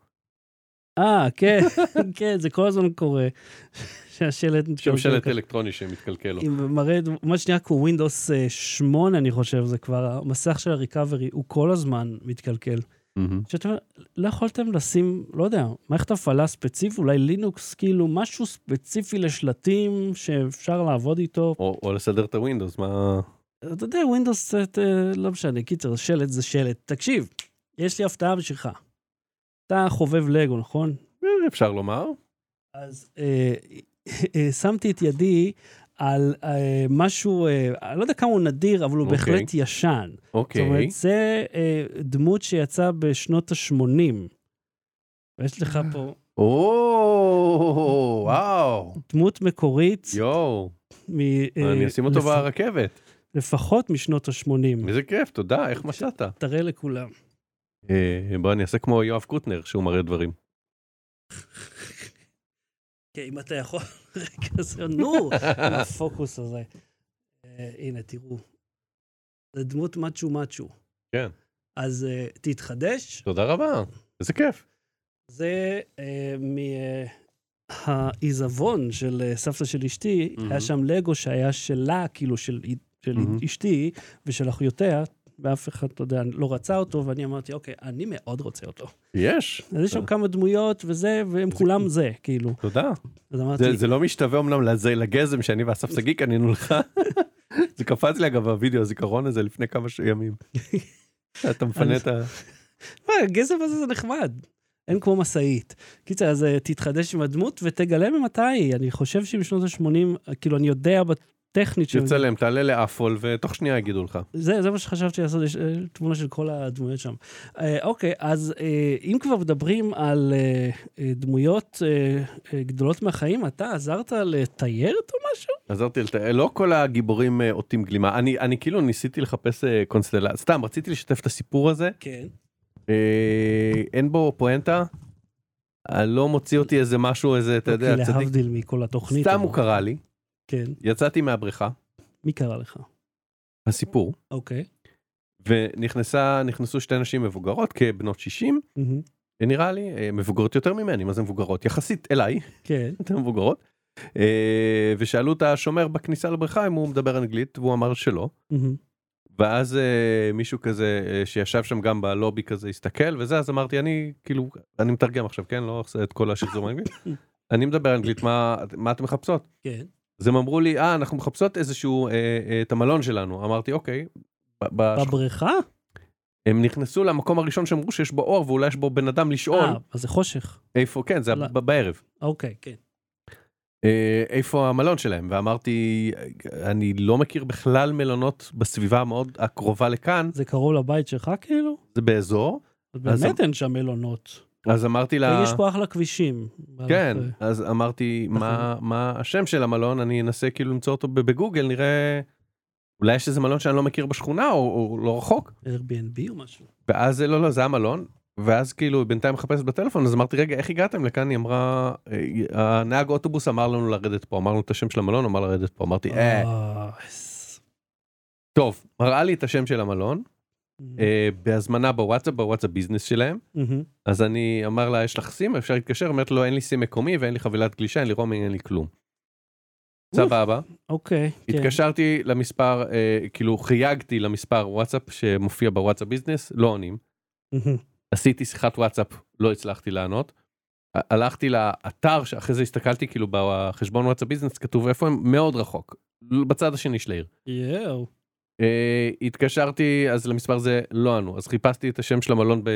Speaker 1: אה, כן, [laughs] כן, זה כל הזמן קורה. [laughs] שהשלט...
Speaker 2: שם שלט אלקטרוני שמתקלקל לו.
Speaker 1: עם מראה, ממש שנייה כמו ווינדוס 8, אה, אני חושב, זה כבר, המסך של הריקאברי, הוא כל הזמן מתקלקל.
Speaker 2: מהמם.
Speaker 1: שאתה אומר, לא יכולתם לשים, לא יודע, מערכת הפעלה ספציפית, אולי לינוקס, כאילו, משהו ספציפי לשלטים שאפשר לעבוד איתו.
Speaker 2: או או לסדר את הווינדוס, מה...
Speaker 1: אתה יודע, ווינדוס, את, אה, לא משנה, קיצר, שלט זה שלט. תקשיב, יש לי הפתעה בשבילך. אתה חובב לגו, נכון?
Speaker 2: אה, אפשר לומר.
Speaker 1: אז אה, אה, שמתי את ידי על אה, משהו, אה, אני לא יודע כמה הוא נדיר, אבל הוא
Speaker 2: אוקיי.
Speaker 1: בהחלט ישן. זאת
Speaker 2: אוקיי.
Speaker 1: אומרת, זה אה, דמות שיצאה בשנות ה-80. ויש לך פה
Speaker 2: או, וואו. אה,
Speaker 1: דמות מקורית,
Speaker 2: יואו.
Speaker 1: מ, אה,
Speaker 2: אני אשים אותו
Speaker 1: לפ-
Speaker 2: ברכבת.
Speaker 1: לפחות משנות ה-80.
Speaker 2: איזה כיף, תודה, איך מצאת?
Speaker 1: תראה לכולם.
Speaker 2: אה, בוא, אני אעשה כמו יואב קוטנר, שהוא מראה [laughs] דברים.
Speaker 1: כן, אם אתה יכול, [laughs] רגע, זה נו, עם הפוקוס הזה. אה, הנה, תראו. זה דמות מאצ'ו מאצ'ו.
Speaker 2: כן.
Speaker 1: אז אה, תתחדש,
Speaker 2: תודה רבה, איזה כיף.
Speaker 1: זה אה, מהעיזבון של אה, סבתא של אשתי,
Speaker 2: Mhm.
Speaker 1: היה שם לגו שהיה שלה, כאילו של, של
Speaker 2: Mhm.
Speaker 1: אשתי ושל אחיותיה, ואף אחד, אתה יודע, לא רצה אותו, ואני אמרתי, אוקיי, אני מאוד רוצה אותו.
Speaker 2: יש,
Speaker 1: אז יש שם
Speaker 2: אה.
Speaker 1: כמה דמויות וזה, והם כולם זה, כאילו.
Speaker 2: תודה.
Speaker 1: אז אמרתי,
Speaker 2: זה- זה לא משתווה אמנם לזה- לגזם שאני ואסף שגיא קנינו לך. [laughs] זה קפץ לי אגב בווידאו הזיכרון הזה לפני כמה ש- [laughs] ימים. אתה מפנה את ה...
Speaker 1: מה, הגזם "אה, הזה זה נחמד. אין כמו משאית. קיצר, אז אה, תתחדש עם הדמות ותגלה ממתי. אני חושב שבשנות ה-80, כאילו, אני יודע בטכנית של...
Speaker 2: תצלם, תעלה לאפול ותוך שנייה יגידו לך.
Speaker 1: זה, זה מה שחשבתי לעשות, יש אה, תמונה של כל הדמויות שם. אה, אוקיי, אז אה, אם כבר מדברים על אה, אה, דמויות אה, אה, גדולות מהחיים, אתה עזרת לתיירת או משהו?
Speaker 2: עזרתי לתאר, לא כל הגיבורים אה, עוטים גלימה. אני אני כאילו ניסיתי לחפש אה, קונסטלציה, סתם רציתי לשתף את הסיפור הזה.
Speaker 1: כן.
Speaker 2: אה, אין בו פואנטה. אה, לא מוציא אותי איזה משהו, איזה, אתה יודע,
Speaker 1: אוקיי,
Speaker 2: צדיק.
Speaker 1: להבדיל מכל התוכנית.
Speaker 2: סתם
Speaker 1: אבל-
Speaker 2: הוא קרא לי,
Speaker 1: כן.
Speaker 2: יצאתי מהבריכה,
Speaker 1: מי קרא לך?
Speaker 2: הסיפור,
Speaker 1: אוקיי.
Speaker 2: ונכנסה, נכנסו שתי נשים מבוגרות כבנות 60,
Speaker 1: מהמם.
Speaker 2: נראה לי, אה, מבוגרות יותר ממני, מה זה מבוגרות? יחסית אליי, [laughs]
Speaker 1: כן.
Speaker 2: יותר מבוגרות. אה, ושאלו את השומר בכניסה לבריכה אם הוא מדבר אנגלית, והוא אמר שלא.
Speaker 1: מהמם.
Speaker 2: ואז אה, מישהו כזה אה, שישב שם גם בלובי כזה הסתכל וזה אז אמרתי אני כאילו אני מתרגם עכשיו כן לא עושה את כל
Speaker 1: [coughs]
Speaker 2: השחזור האנגלית אני מדבר אנגלית מה מה אתם מחפשות
Speaker 1: כן.
Speaker 2: אז הם אמרו לי אה אנחנו מחפשות איזשהו אה, אה, את המלון שלנו אמרתי אוקיי. ב- ב-
Speaker 1: בבריכה?
Speaker 2: הם נכנסו למקום הראשון שאמרו שיש בו אור ואולי יש בו בן אדם לשאול
Speaker 1: אה, אז זה חושך.
Speaker 2: איפה כן זה היה
Speaker 1: לא.
Speaker 2: ב- בערב
Speaker 1: אוקיי, כן.
Speaker 2: אה, איפה המלון שלהם ואמרתי אני לא מכיר בכלל מלונות בסביבה המאוד הקרובה לכאן
Speaker 1: זה קרוב לבית שלך כאילו?
Speaker 2: זה באזור
Speaker 1: אז
Speaker 2: אז-
Speaker 1: באמת אין שם מלונות.
Speaker 2: אז אמרתי לה.
Speaker 1: יש פה אחלה כבישים.
Speaker 2: כן,
Speaker 1: אה,
Speaker 2: אז אמרתי, מה, מה השם של המלון, אני אנסה כאילו למצוא אותו ב- בגוגל, נראה, אולי יש איזה מלון שאני לא מכיר בשכונה, או, או לא רחוק.
Speaker 1: Airbnb או משהו.
Speaker 2: ואז, לא, לא, זה המלון, ואז כאילו בינתיים מחפשת בטלפון, אז אמרתי, רגע, איך הגעתם לכאן? היא אמרה, "אה, הנהג אוטובוס אמר לנו לרדת פה, אמרנו את השם של המלון, אמר לרדת פה, אמרתי, אה,
Speaker 1: אה, איזה-
Speaker 2: טוב, מראה לי את השם של המלון, אה, בהזמנה בוואטסאפ, בוואטסאפ ביזנס שלהם.
Speaker 1: מהמם.
Speaker 2: אז אני אמר לה יש לך סים אפשר להתקשר אומרת לו אין לי סים מקומי ואין לי חבילת גלישה אין לי רומינג אין לי כלום. סבבה
Speaker 1: אוקיי. כן.
Speaker 2: התקשרתי למספר אה, כאילו חייגתי למספר וואטסאפ שמופיע בוואטסאפ ביזנס לא עונים
Speaker 1: מהמם.
Speaker 2: עשיתי שיחת וואטסאפ לא הצלחתי לענות. ה- הלכתי לאתר שאחרי זה הסתכלתי כאילו בחשבון וואטסאפ ביזנס כתוב איפה הם מאוד רחוק בצד השני של העיר.
Speaker 1: יואו.
Speaker 2: אה, התקשרתי אז למספר זה לא ענו אז חיפשתי את השם של המלון ב-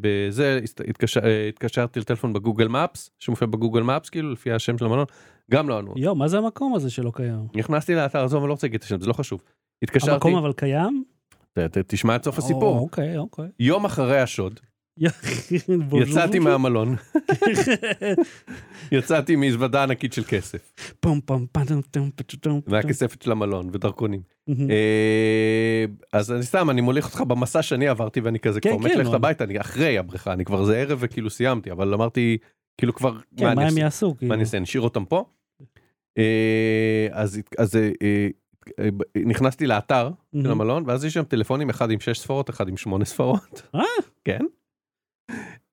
Speaker 2: בזה הסת- התקשר, אה, התקשרתי לטלפון בגוגל מפס שמופיע בגוגל מפס כאילו לפי השם של המלון גם לא ענו
Speaker 1: יואו, מה זה המקום הזה שלא קיים?
Speaker 2: נכנסתי לאתר עזוב אני לא רוצה להגיד את השם זה לא חשוב. התקשרתי
Speaker 1: המקום אבל קיים?
Speaker 2: ת- ת- תשמע עד סוף
Speaker 1: או,
Speaker 2: הסיפור
Speaker 1: אוקיי, אוקיי. [laughs]
Speaker 2: יום אחרי השוד
Speaker 1: בוא,
Speaker 2: יצאתי
Speaker 1: בוא, בוא.
Speaker 2: מהמלון [laughs] יצאתי מזוודה ענקית של כסף
Speaker 1: [laughs] פום פום פם טם טם פצ'ו טם פצ'ו.
Speaker 2: מהכספת של המלון ודרכונים.
Speaker 1: מהמם.
Speaker 2: אה, אז אני סתם אני מוליך אותך במסע שאני עברתי ואני כזה
Speaker 1: כן,
Speaker 2: כבר מת
Speaker 1: כן,
Speaker 2: ללכת
Speaker 1: אבל-
Speaker 2: הביתה אני אחרי הבריכה אני כבר זה ערב וכאילו סיימתי אבל אמרתי כאילו כבר מה
Speaker 1: כן, מה
Speaker 2: אני
Speaker 1: הם
Speaker 2: אעשה?
Speaker 1: יעשו? כאילו?
Speaker 2: מה אני אעשה נשאיר אותם פה. אה, אז הת- אז, אה, אה, אה, נכנסתי לאתר של
Speaker 1: מהמם.
Speaker 2: המלון ואז יש שם טלפונים אחד עם שש ספרות אחד עם שמונה ספרות.
Speaker 1: אה.
Speaker 2: כן.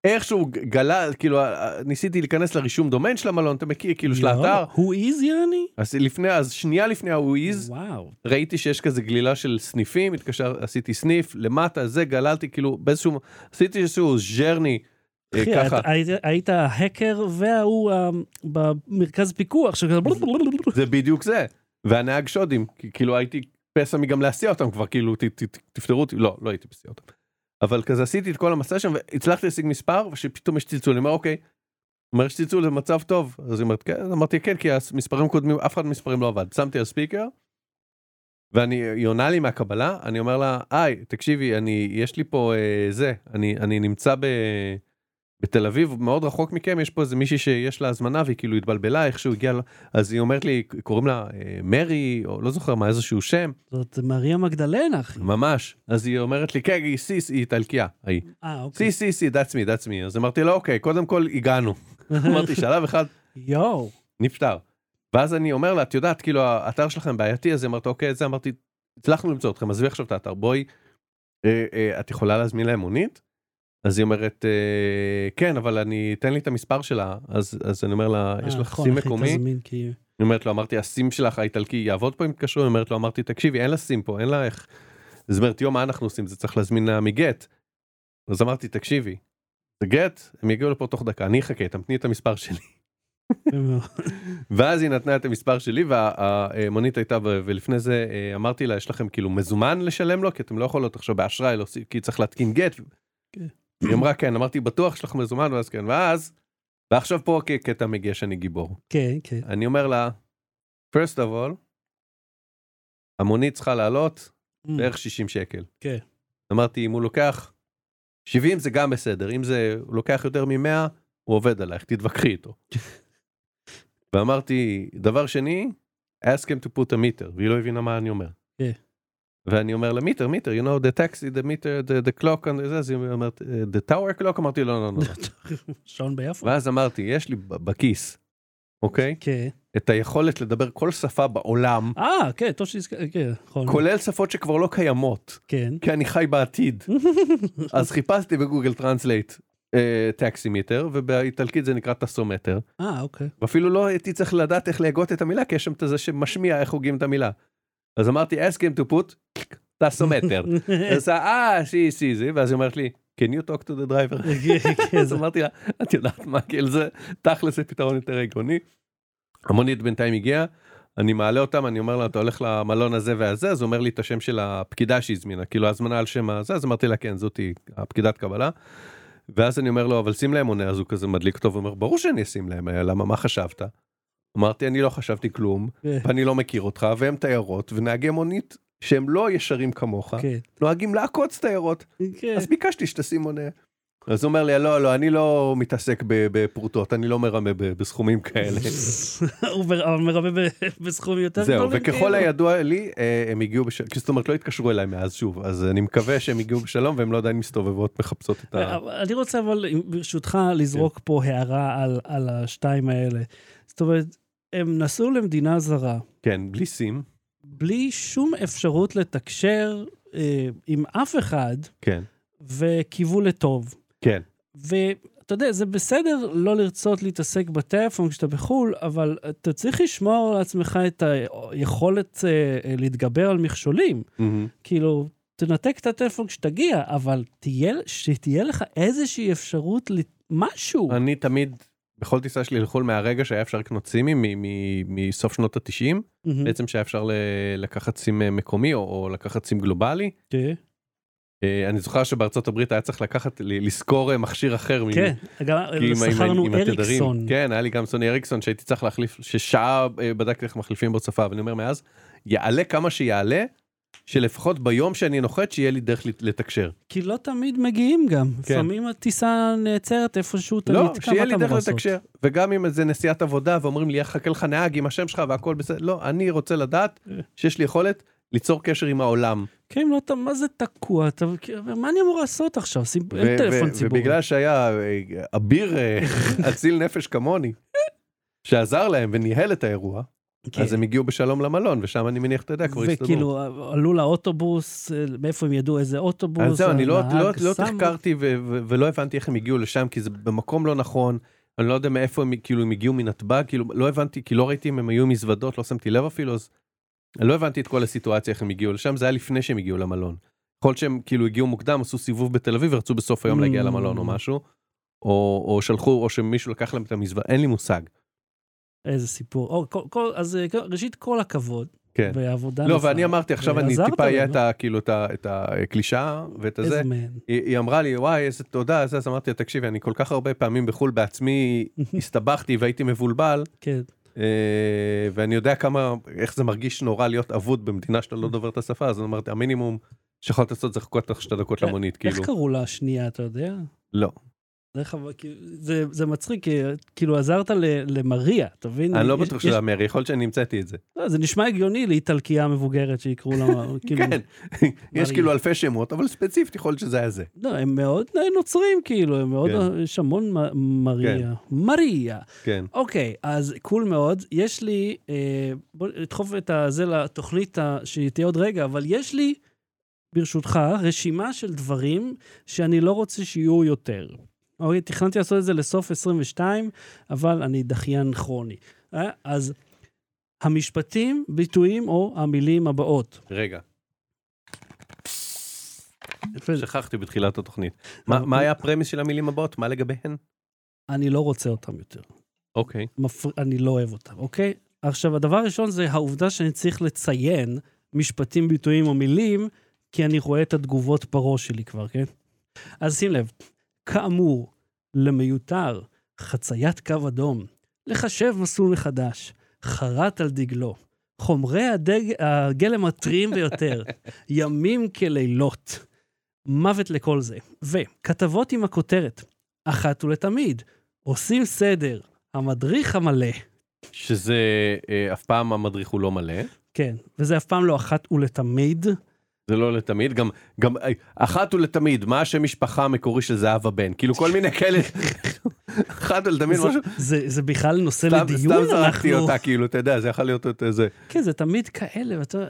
Speaker 2: איכשהו ג- גלה כאילו אה, אה, ניסיתי להיכנס לרישום דומיין של המלון אתה מכיר כאילו של
Speaker 1: לא.
Speaker 2: האתר
Speaker 1: הוא איז יעני?
Speaker 2: אז לפני אז שנייה לפני הוויז
Speaker 1: וואו.
Speaker 2: ראיתי שיש כזה גלילה של סניפים, התקשר, עשיתי סניף, למטה, זה, גללתי, כאילו, באיזשהו, עשיתי איזשהו ז'רני, אה,
Speaker 1: אחי,
Speaker 2: ככה.
Speaker 1: אתה- היית- היית ההקר וההוא אה, במרכז פיקוח שכזה
Speaker 2: כאילו, זה בדיוק זה. והנהג שודים, כי כאילו הייתי פסע מגם להסיע אותם כבר, כאילו, ת, ת, ת, תפתרו אותי, לא, לא הייתי מסיע אותם. אבל כזה עשיתי את כל המסע שם, והצלחתי להשיג מספר, ושפתאום יש צלצול, אני אומר, אוקיי. אומר, יש צלצול, זה מצב טוב. אז היא אומרת, כן, אמרתי, כן, כי המספרים קודמים, אף אחד מהמספרים לא עבד. שמתי על ספיקר, ואני, היא עונה לי מהקבלה, אני אומר לה, היי, תקשיבי, אני, יש לי פה אה, זה, אני, אני נמצא ב... בתל אביב מאוד רחוק מכם יש פה איזה מישהי שיש לה הזמנה והיא כאילו התבלבלה איכשהו הגיעה ל- אז היא אומרת לי קוראים לה אה, מרי או לא זוכר מה איזשהו שם
Speaker 1: זאת מריה מגדלנה, אחי.
Speaker 2: ממש אז היא אומרת לי כן היא סיס היא איטלקיה ההיא
Speaker 1: אה, אוקיי.
Speaker 2: סיס סיס היא that's me that's me אז אמרתי לה אוקיי קודם כל
Speaker 1: [laughs]
Speaker 2: הגענו אמרתי שלב אחד
Speaker 1: יואו.
Speaker 2: נפטר. ואז אני אומר לה, את יודעת, כאילו, האתר שלכם בעייתי, אז היא אמרת, אוקיי, את זה אמרתי, הצלחנו למצוא אתכם, עזבי עכשיו את האתר, בואי, אה, אה, את יכולה להזמין להם מונית? אז היא אומרת, אה, כן, אבל אני, תן לי את המספר שלה, אז, אז אני אומר לה, יש
Speaker 1: אה,
Speaker 2: לך
Speaker 1: נכון,
Speaker 2: סים
Speaker 1: אחי,
Speaker 2: מקומי?
Speaker 1: תזמין, כי- [laughs]
Speaker 2: היא אומרת לו, אמרתי, הסים שלך האיטלקי יעבוד פה אם תתקשרו? היא אומרת לו, אמרתי, תקשיבי, אין לה סים פה, אין לה איך. אז היא אומרת, יום, מה אנחנו עושים? זה צריך להזמין לה מגט. אז אמרתי, תקשיבי, זה גט, הם יגיעו לפה תוך דקה, אני אחכה, תמתני את המספר שלי. [laughs] ואז היא נתנה את המספר שלי והמונית הייתה ב- ולפני זה אה, אמרתי לה יש לכם כאילו מזומן לשלם לו כי אתם לא יכולות עכשיו באשראי להוסיף כי צריך להתקין גט.
Speaker 1: כן.
Speaker 2: היא אמרה כן אמרתי בטוח יש לך מזומן ואז כן ואז. ועכשיו פה כ- קטע מגיע שאני גיבור
Speaker 1: כן, כן.
Speaker 2: אני אומר לה. first of all. המונית צריכה לעלות [laughs] בערך 60 שקל.
Speaker 1: Mm. כן.
Speaker 2: אמרתי אם הוא לוקח 70 זה גם בסדר אם זה הוא לוקח יותר מ-100 הוא עובד עלייך תתווכחי
Speaker 1: [laughs]
Speaker 2: איתו. ואמרתי דבר שני ask him to put a meter והיא לא הבינה מה אני אומר.
Speaker 1: כן.
Speaker 2: ואני אומר לה מיטר מיטר you know the taxi the meter the, the clock and זה, אז היא אומרת "Uh, the tower clock אמרתי לא לא לא. לא."
Speaker 1: [laughs] [laughs] שעון ביפו?
Speaker 2: ואז אמרתי יש לי ב- בכיס אוקיי
Speaker 1: כן.
Speaker 2: את היכולת לדבר כל שפה בעולם
Speaker 1: אה, כן, טוב שהזכרת, כן, נכון.
Speaker 2: כולל שפות שכבר לא קיימות
Speaker 1: כן. [laughs]
Speaker 2: כי אני חי בעתיד. אז חיפשתי בגוגל טרנסלייט טקסימיטר ובאיטלקית זה נקרא טסומטר
Speaker 1: אה, אוקיי.
Speaker 2: ואפילו לא הייתי צריך לדעת איך להגות את המילה כי יש שם את זה שמשמיע איך הוגים את המילה. אז אמרתי ask him to put
Speaker 1: [laughs]
Speaker 2: טסומטר. אז אה שי שי זה ואז היא אומרת לי can you talk to the driver.
Speaker 1: כן,
Speaker 2: [laughs] אז
Speaker 1: זה-
Speaker 2: אמרתי לה את יודעת מה כאילו זה תכל'ס זה פתרון יותר הגיוני. המונית בינתיים הגיעה. אני מעלה אותם אני אומר לה אתה הולך למלון הזה והזה אז הוא אומר לי את השם של הפקידה שהזמינה כאילו הזמנה על שם הזה אז אמרתי לה כן זאתי הפקידת קבלה. ואז אני אומר לו אבל שים להם עונה אז הוא כזה מדליק אותו ואומר ברור שאני אשים להם אה, למה מה חשבת. אמרתי אני לא חשבתי כלום
Speaker 1: כן.
Speaker 2: ואני לא מכיר אותך והם תיירות ונהגי מונית שהם לא ישרים כמוך
Speaker 1: כן.
Speaker 2: נוהגים לעקוץ תיירות
Speaker 1: כן.
Speaker 2: אז ביקשתי שתשים עונה. אז הוא אומר לי, לא, לא, אני לא מתעסק ב- בפרוטות, אני לא מרמה ב- בסכומים [laughs] כאלה.
Speaker 1: [laughs] הוא מר- אבל מרבה ב- [laughs] בסכום יותר גדול.
Speaker 2: זהו, וככל
Speaker 1: כאילו.
Speaker 2: הידוע לי, אה, הם הגיעו בשלום, זאת אומרת, לא התקשרו אליי מאז שוב, אז אני מקווה שהם הגיעו בשלום והם לא עדיין מסתובבות, מחפשות את ה...
Speaker 1: אה, אבל אני רוצה אבל, אם- ברשותך, לזרוק פה הערה על- על השתיים האלה. זאת אומרת, הם נסעו למדינה זרה,
Speaker 2: כן, בלי סים.
Speaker 1: בלי שום אפשרות לתקשר אה, עם אף אחד,
Speaker 2: כן.
Speaker 1: וקיוו לטוב.
Speaker 2: כן.
Speaker 1: ואתה יודע, זה בסדר לא לרצות להתעסק בטלפון כשאתה בחו"ל, אבל אתה צריך לשמור על עצמך את היכולת אה, אה, להתגבר על מכשולים.
Speaker 2: מהמם.
Speaker 1: כאילו, תנתק את הטלפון כשתגיע, אבל תהיה, שתהיה לך איזושהי אפשרות ל... משהו.
Speaker 2: אני תמיד בכל טיסה שלי לחו"ל מהרגע שהיה אפשר לקנות סימים מ- מ- מסוף שנות התשעים
Speaker 1: מהמם.
Speaker 2: בעצם שהיה אפשר ל- לקחת סים אה, מקומי או, או לקחת סים גלובלי.
Speaker 1: כן.
Speaker 2: אה, אני זוכר שבארצות הברית היה צריך לקחת ל- לשכור אה, מכשיר אחר. מ-
Speaker 1: כן, גם
Speaker 2: כי עם- עם-
Speaker 1: שכרנו
Speaker 2: עם התדרים.
Speaker 1: אריקסון.
Speaker 2: כן, היה לי גם סוני הריקסון שהייתי צריך להחליף, ששעה אה, בדקתי איך מחליפים בו שפה, ואני אומר מאז, יעלה כמה שיעלה, שלפחות ביום שאני נוחת שיהיה לי דרך לת- לתקשר.
Speaker 1: כי לא תמיד מגיעים גם.
Speaker 2: כן.
Speaker 1: לפעמים הטיסה נעצרת איפשהו, אתה
Speaker 2: לא,
Speaker 1: נתקע, מה
Speaker 2: שיהיה
Speaker 1: אתה
Speaker 2: לי
Speaker 1: אמור
Speaker 2: דרך
Speaker 1: לעשות?
Speaker 2: לתקשר. וגם אם זה נסיעת עבודה ואומרים לי, יחכה לך נהג עם השם שלך והכל בסדר, לא, אני רוצה לדעת
Speaker 1: אה.
Speaker 2: שיש לי יכולת ליצור קשר עם העולם.
Speaker 1: כן, לא, אתה, מה זה תקוע? אתה, מה אני אמור לעשות עכשיו? שים-
Speaker 2: ו-
Speaker 1: אין טלפון
Speaker 2: ו-
Speaker 1: ציבורי.
Speaker 2: ובגלל שהיה אה,
Speaker 1: [laughs]
Speaker 2: אביר אה, אציל נפש כמוני, שעזר להם וניהל את האירוע,
Speaker 1: כן.
Speaker 2: אז הם הגיעו בשלום למלון, ושם אני מניח, אתה יודע, כבר הסתדרו.
Speaker 1: וכאילו, עלו לאוטובוס, אה, מאיפה הם ידעו איזה אוטובוס?
Speaker 2: אז זהו, אני לא-
Speaker 1: הנהג
Speaker 2: לא לא
Speaker 1: שם-
Speaker 2: תחקרתי ו- ו- ולא הבנתי איך הם הגיעו לשם, כי זה במקום לא נכון. אני לא יודע מאיפה הם, כאילו, הם הגיעו מנתב"ג, כאילו, לא הבנתי, כי לא ראיתי אם הם היו עם מזוודות, לא שמתי לב אפילו, אז לא הבנתי את כל הסיטואציה, איך הם הגיעו לשם, זה היה לפני שהם הגיעו למלון. יכול להיות שהם כאילו הגיעו מוקדם, עשו סיבוב בתל אביב ורצו בסוף היום להגיע
Speaker 1: Mm.
Speaker 2: למלון או משהו, או, או שלחו, או שמישהו לקח להם את המזוודה, אין לי מושג.
Speaker 1: איזה סיפור. או, כל, כל, אז אה, ראשית, כל הכבוד.
Speaker 2: כן.
Speaker 1: ועבודה
Speaker 2: לא,
Speaker 1: נפלאה.
Speaker 2: ואני אמרתי, עכשיו אני
Speaker 1: ועזרת
Speaker 2: טיפה אהיה
Speaker 1: לנו.
Speaker 2: את ה- כאילו, את ה- את הקלישאה ואת הזה.
Speaker 1: איזה מן.
Speaker 2: היא היא אמרה לי וואי איזה תודה זה אז אמרתי לה, תקשיבי אני כל כך הרבה פעמים בחול [laughs] בעצמי הסתבכתי והייתי מבולבל
Speaker 1: כן.
Speaker 2: אה, ואני יודע כמה איך זה מרגיש נורא להיות אבוד במדינה [laughs] שאתה לא דובר את השפה אז אני אמרתי המינימום שיכולת לעשות זה לחכות לך שתי דקות
Speaker 1: אה,
Speaker 2: למונית
Speaker 1: איך
Speaker 2: כאילו
Speaker 1: קראו לה השנייה, אתה יודע?
Speaker 2: לא
Speaker 1: דרך אגב, כאילו, זה, זה מצחיק, כי כאילו עזרת ל, למריה, אתה מבין?
Speaker 2: אני לא
Speaker 1: יש-
Speaker 2: בטוח
Speaker 1: יש-
Speaker 2: שזה המרי יכול להיות שאני המצאתי את זה
Speaker 1: לא, זה נשמע הגיוני לאיטלקייה מבוגרת שיקראו לה,
Speaker 2: [laughs]
Speaker 1: כאילו,
Speaker 2: כן יש
Speaker 1: מרי.
Speaker 2: כאילו אלפי שמות אבל ספציפית יכול להיות שזה היה זה
Speaker 1: לא, הם מאוד נוצרים, כאילו, הם מאוד,
Speaker 2: כן.
Speaker 1: יש המון מ- מריה. מריה.
Speaker 2: כן
Speaker 1: אוקיי, אז קול מאוד. יש לי, אה, בוא נדחוף את זה לתוכנית ה- שתהיה עוד רגע, אבל יש לי, ברשותך, רשימה של דברים שאני לא רוצה שיהיו יותר. אוקיי, תכננתי לעשות את זה לסוף 22, אבל אני דחיין כרוני. אה? אז המשפטים, ביטויים או המילים הבאות.
Speaker 2: רגע
Speaker 1: יפה,
Speaker 2: שכחתי בתחילת התוכנית מה מה היה הפרמיס של המילים הבאות מה לגביהן
Speaker 1: אני לא רוצה אותם יותר.
Speaker 2: אוקיי
Speaker 1: מפר... אני לא אוהב אותם, אוקיי? עכשיו, הדבר הראשון זה העובדה שאני צריך לציין משפטים, ביטויים או מילים, כי אני רואה את התגובות בראש שלי כבר, כן? אז שים לב, כאמור, למיותר, חציית קו אדום, לחשב מסלול מחדש, חרט על דגלו, חומרי הדג... הגלם הטריים ביותר, ימים כלילות, מוות לכל זה, וכתבות עם הכותרת, אחת ולתמיד, עושים סדר, המדריך המלא.
Speaker 2: שזה אה, אף פעם המדריך הוא לא מלא.
Speaker 1: כן, וזה אף פעם לא אחת ולתמיד.
Speaker 2: זה לא לתמיד, גם, גם אה, אחת ולתמיד, מה השם משפחה המקורי של זהבה בן? כאילו כל מיני כאלה, אחת ולתמיד
Speaker 1: זה,
Speaker 2: משהו,
Speaker 1: זה, זה בכלל נושא
Speaker 2: סתם,
Speaker 1: לדיון,
Speaker 2: סתם זרקתי
Speaker 1: אנחנו...
Speaker 2: אותה, כאילו, אתה יודע, זה יכול להיות את זה.
Speaker 1: כן, זה תמיד כאלה, ואתה...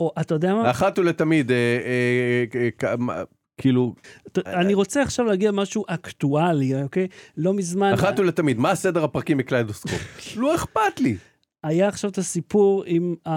Speaker 1: או אתה יודע מה?
Speaker 2: אחת ולתמיד, אה, אה, אה, כ- מה- כאילו,
Speaker 1: אתה- אני רוצה עכשיו להגיע משהו אקטואלי, אוקיי? לא מזמן...
Speaker 2: אחת ולתמיד, מה סדר הפרקים מקליידוסקופ? לא אכפת לי.
Speaker 1: היה עכשיו את הסיפור עם, ה,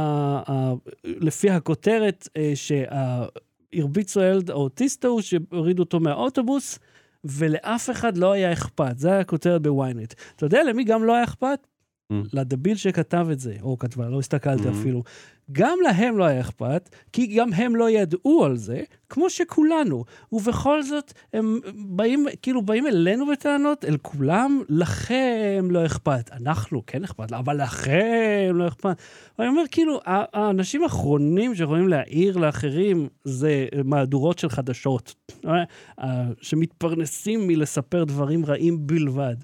Speaker 1: ה, לפי הכותרת, אה, שהרביצו הילד האוטיסט ההוא, שהורידו אותו מהאוטובוס, ולאף אחד לא היה אכפת. זה היה הכותרת בוויינט. אתה יודע למי גם לא היה אכפת?
Speaker 2: Mm.
Speaker 1: לדביל שכתב את זה, או כתבה, לא הסתכלתי
Speaker 2: Mhm.
Speaker 1: אפילו. גם להם לא היה אכפת, כי גם הם לא ידעו על זה, כמו שכולנו. ובכל זאת, הם באים, כאילו, באים אלינו בטענות, אל כולם, לכם לא אכפת. אנחנו, כן אכפת, אבל לכם לא אכפת. אני אומר, כאילו, ה- האנשים האחרונים שיכולים להעיר לאחרים זה מהדורות של חדשות, אה, אה, שמתפרנסים מלספר דברים רעים בלבד.